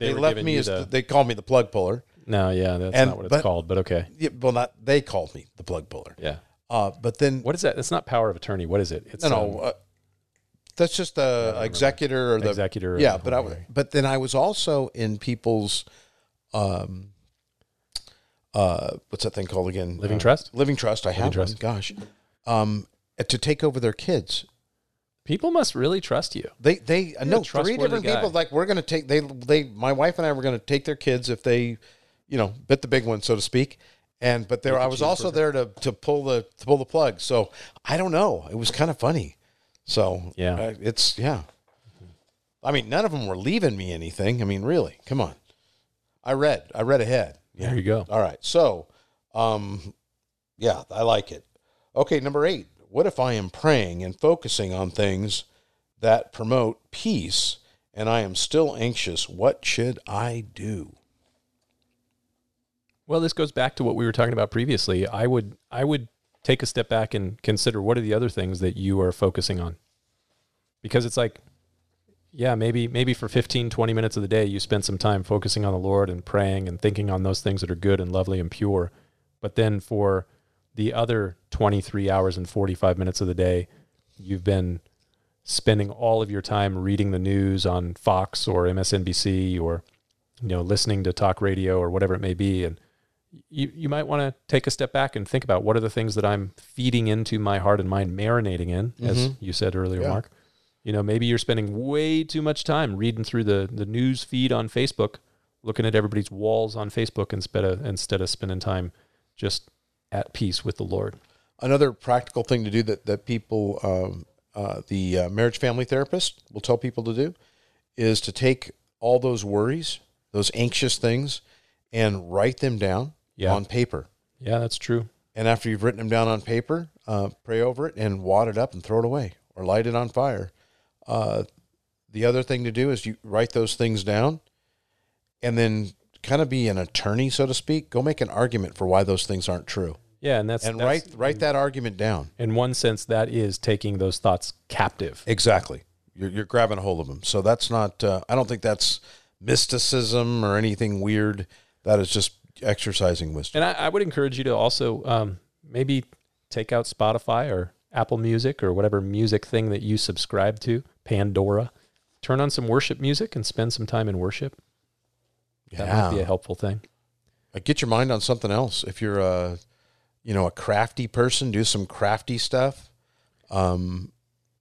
S1: They,
S2: They,
S1: were
S2: left
S1: giving
S2: me
S1: you
S2: as
S1: the,
S2: the, they called me the plug puller.
S1: No, yeah, that's
S2: And-
S1: not what it's
S2: but-
S1: called, but okay.
S2: Yeah, well, not they called me the plug puller.
S1: Yeah.
S2: Uh, but then
S1: What is that? That's not power of attorney. What is it? It's
S2: no, no,
S1: um,
S2: uh, that's just the executor or the
S1: Executor of
S2: Yeah,
S1: the
S2: but I was, but then I was also in people's, um, uh, what's that thing called again?
S1: Living
S2: Uh,
S1: Trust?
S2: Living Trust. I have
S1: Trust.
S2: one. Gosh, um, to take over their kids
S1: people must really trust you.
S2: They they uh, no three
S1: trustworthy
S2: different
S1: guy.
S2: people like we're gonna take they they my wife and I were gonna take their kids if they you know bit the big one so to speak and but there I was also there to to pull the to pull the plug so I don't know it was kind of funny so
S1: Yeah.
S2: uh, it's yeah I mean none of them were leaving me anything I mean really come on I read I read ahead
S1: There you go.
S2: all right so um yeah I like it okay number eight what if I am praying and focusing on things that promote peace and I am still anxious. What should I do?
S1: Well, this goes back to what we were talking about previously. I would I would take a step back and consider what are the other things that you are focusing on. Because it's like yeah, maybe maybe for 15 20 minutes of the day you spend some time focusing on the Lord and praying and thinking on those things that are good and lovely and pure. But then for the other 23 hours and 45 minutes of the day, you've been spending all of your time reading the news on Fox or MSNBC or you know listening to talk radio or whatever it may be and you, you might want to take a step back and think about what are the things that I'm feeding into my heart and mind, marinating in, as you said earlier, Mark. You know, maybe you're spending way too much time reading through the, the news feed on Facebook, looking at everybody's walls on Facebook instead of, instead of spending time just at peace with the Lord.
S2: Another practical thing to do that, that people, um, uh, the uh, marriage family therapist will tell people to do is to take all those worries, those anxious things, and write them down
S1: Yeah.
S2: on paper.
S1: Yeah, that's true.
S2: And after you've written them down on paper, uh, pray over it and wad it up and throw it away or light it on fire. Uh, the other thing to do is you write those things down and then kind of be an attorney, so to speak. Go make an argument for why those things aren't true
S1: Yeah, and that's
S2: and
S1: that's-
S2: write write that argument down.
S1: In one sense, that is taking those thoughts captive.
S2: Exactly. You're, you're grabbing a hold of them. So that's not, uh, I don't think that's mysticism or anything weird. That is just exercising wisdom.
S1: And I, I would encourage you to also um, maybe take out Spotify or Apple Music or whatever music thing that you subscribe to, Pandora. Turn on some worship music and spend some time in worship. That might be a helpful thing.
S2: Uh, get your mind on something else. If you're a, you know, a crafty person, do some crafty stuff. Um,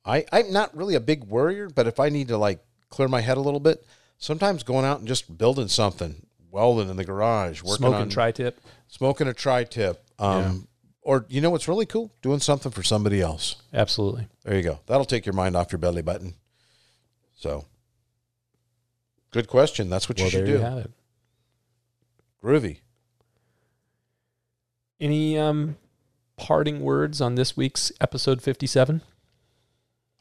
S2: I I'm not really a big worrier, but if I need to like clear my head a little bit, sometimes going out and just building something, welding in the garage, working
S1: Smoke
S2: on
S1: and tri tip.
S2: smoking a tri-tip, um, or you know what's really cool, doing something for somebody else.
S1: Absolutely.
S2: There you go. That'll take your mind off your belly button. So, good question. That's what
S1: Well,
S2: you
S1: there
S2: should
S1: you
S2: do.
S1: have it.
S2: Groovy.
S1: Any um, parting words on this week's episode 57?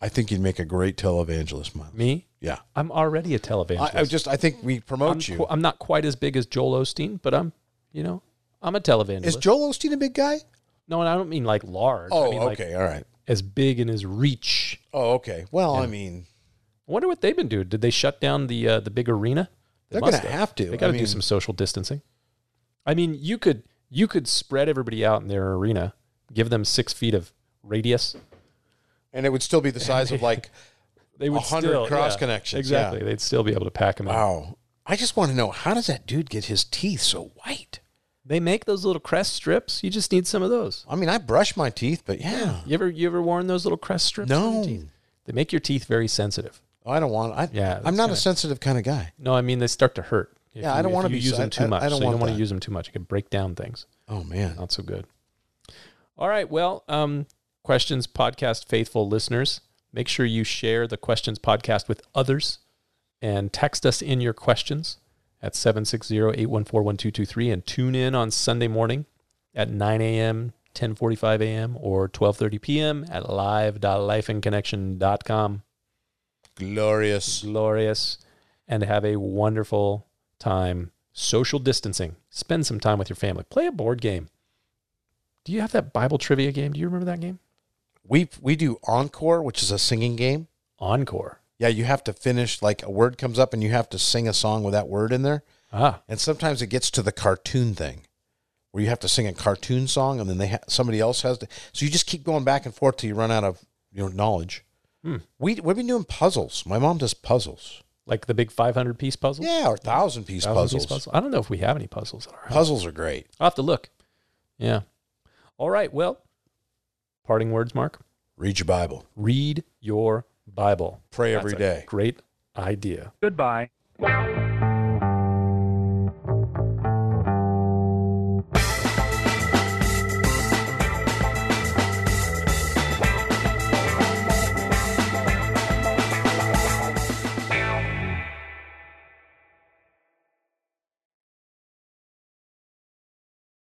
S2: I think you'd make a great televangelist, Miles.
S1: Me?
S2: Yeah.
S1: I'm already a televangelist.
S2: I, I just I think we promote
S1: I'm,
S2: you.
S1: qu- I'm not quite as big as Joel Osteen, but I'm, you know, I'm a televangelist.
S2: Is Joel Osteen a big guy?
S1: no, and I don't mean like large.
S2: Oh,
S1: I mean like
S2: okay, all right.
S1: as big in his reach.
S2: Oh, okay. Well, I mean,
S1: I wonder what they've been doing. Did they shut down the uh, the big arena?
S2: they're
S1: must
S2: going to have to.
S1: They got to
S2: I mean,
S1: do some social distancing. I mean, you could you could spread everybody out in their arena, give them six feet of radius.
S2: and it would still be the size of like.
S1: They would
S2: 100
S1: still-
S2: cross connections,
S1: Exactly, they'd still be able to pack them out.
S2: Wow. I just want to know how does that dude get his teeth so white?
S1: They make those little crest strips. You just need some of those.
S2: I mean, I brush my teeth, but yeah.
S1: You ever you ever worn those little crest strips? on your
S2: No.
S1: teeth? They make your teeth very sensitive.
S2: I don't want. I,
S1: Yeah,
S2: I'm
S1: that's
S2: not
S1: kinda-
S2: a sensitive kind of guy.
S1: No, I mean they start to hurt. if
S2: Yeah, I
S1: you-
S2: don't
S1: if
S2: wanna
S1: you
S2: be
S1: use
S2: so-
S1: them
S2: I-
S1: too
S2: I- I
S1: much.
S2: don't
S1: so you
S2: want
S1: don't want
S2: that.
S1: to use them too much. It could break down things.
S2: Oh man,
S1: Not so good. All right. Well, um, questions podcast faithful listeners, make sure you share the questions podcast with others and text us in your questions at 760-814-1223 and tune in on Sunday morning at 9 a.m., 1045 a.m. or 1230 p.m. at live.lifeandconnection.com.
S2: glorious.
S1: Glorious. And have a wonderful time social distancing. Spend some time with your family. Play a board game. Do you have that Bible trivia game? Do you remember that game?
S2: We we do encore, which is a singing game.
S1: Encore.
S2: Yeah, you have to finish like a word comes up, and you have to sing a song with that word in there.
S1: Ah,
S2: And sometimes it gets to the cartoon thing, where you have to sing a cartoon song, and then they ha- somebody else has to. So you just keep going back and forth till you run out of you know knowledge.
S1: Hmm.
S2: We we've been doing puzzles. My mom does puzzles.
S1: like the big 500 piece puzzle?
S2: Yeah, or thousand piece
S1: 1000
S2: puzzles.
S1: piece puzzle. I don't know if we have any puzzles at our house.
S2: Puzzles are great.
S1: I'll have to look. Yeah. All right. Well, parting words, Mark.
S2: Read your Bible.
S1: Read your Bible.
S2: Pray
S1: That's
S2: every
S1: a
S2: day.
S1: Great idea.
S3: Goodbye.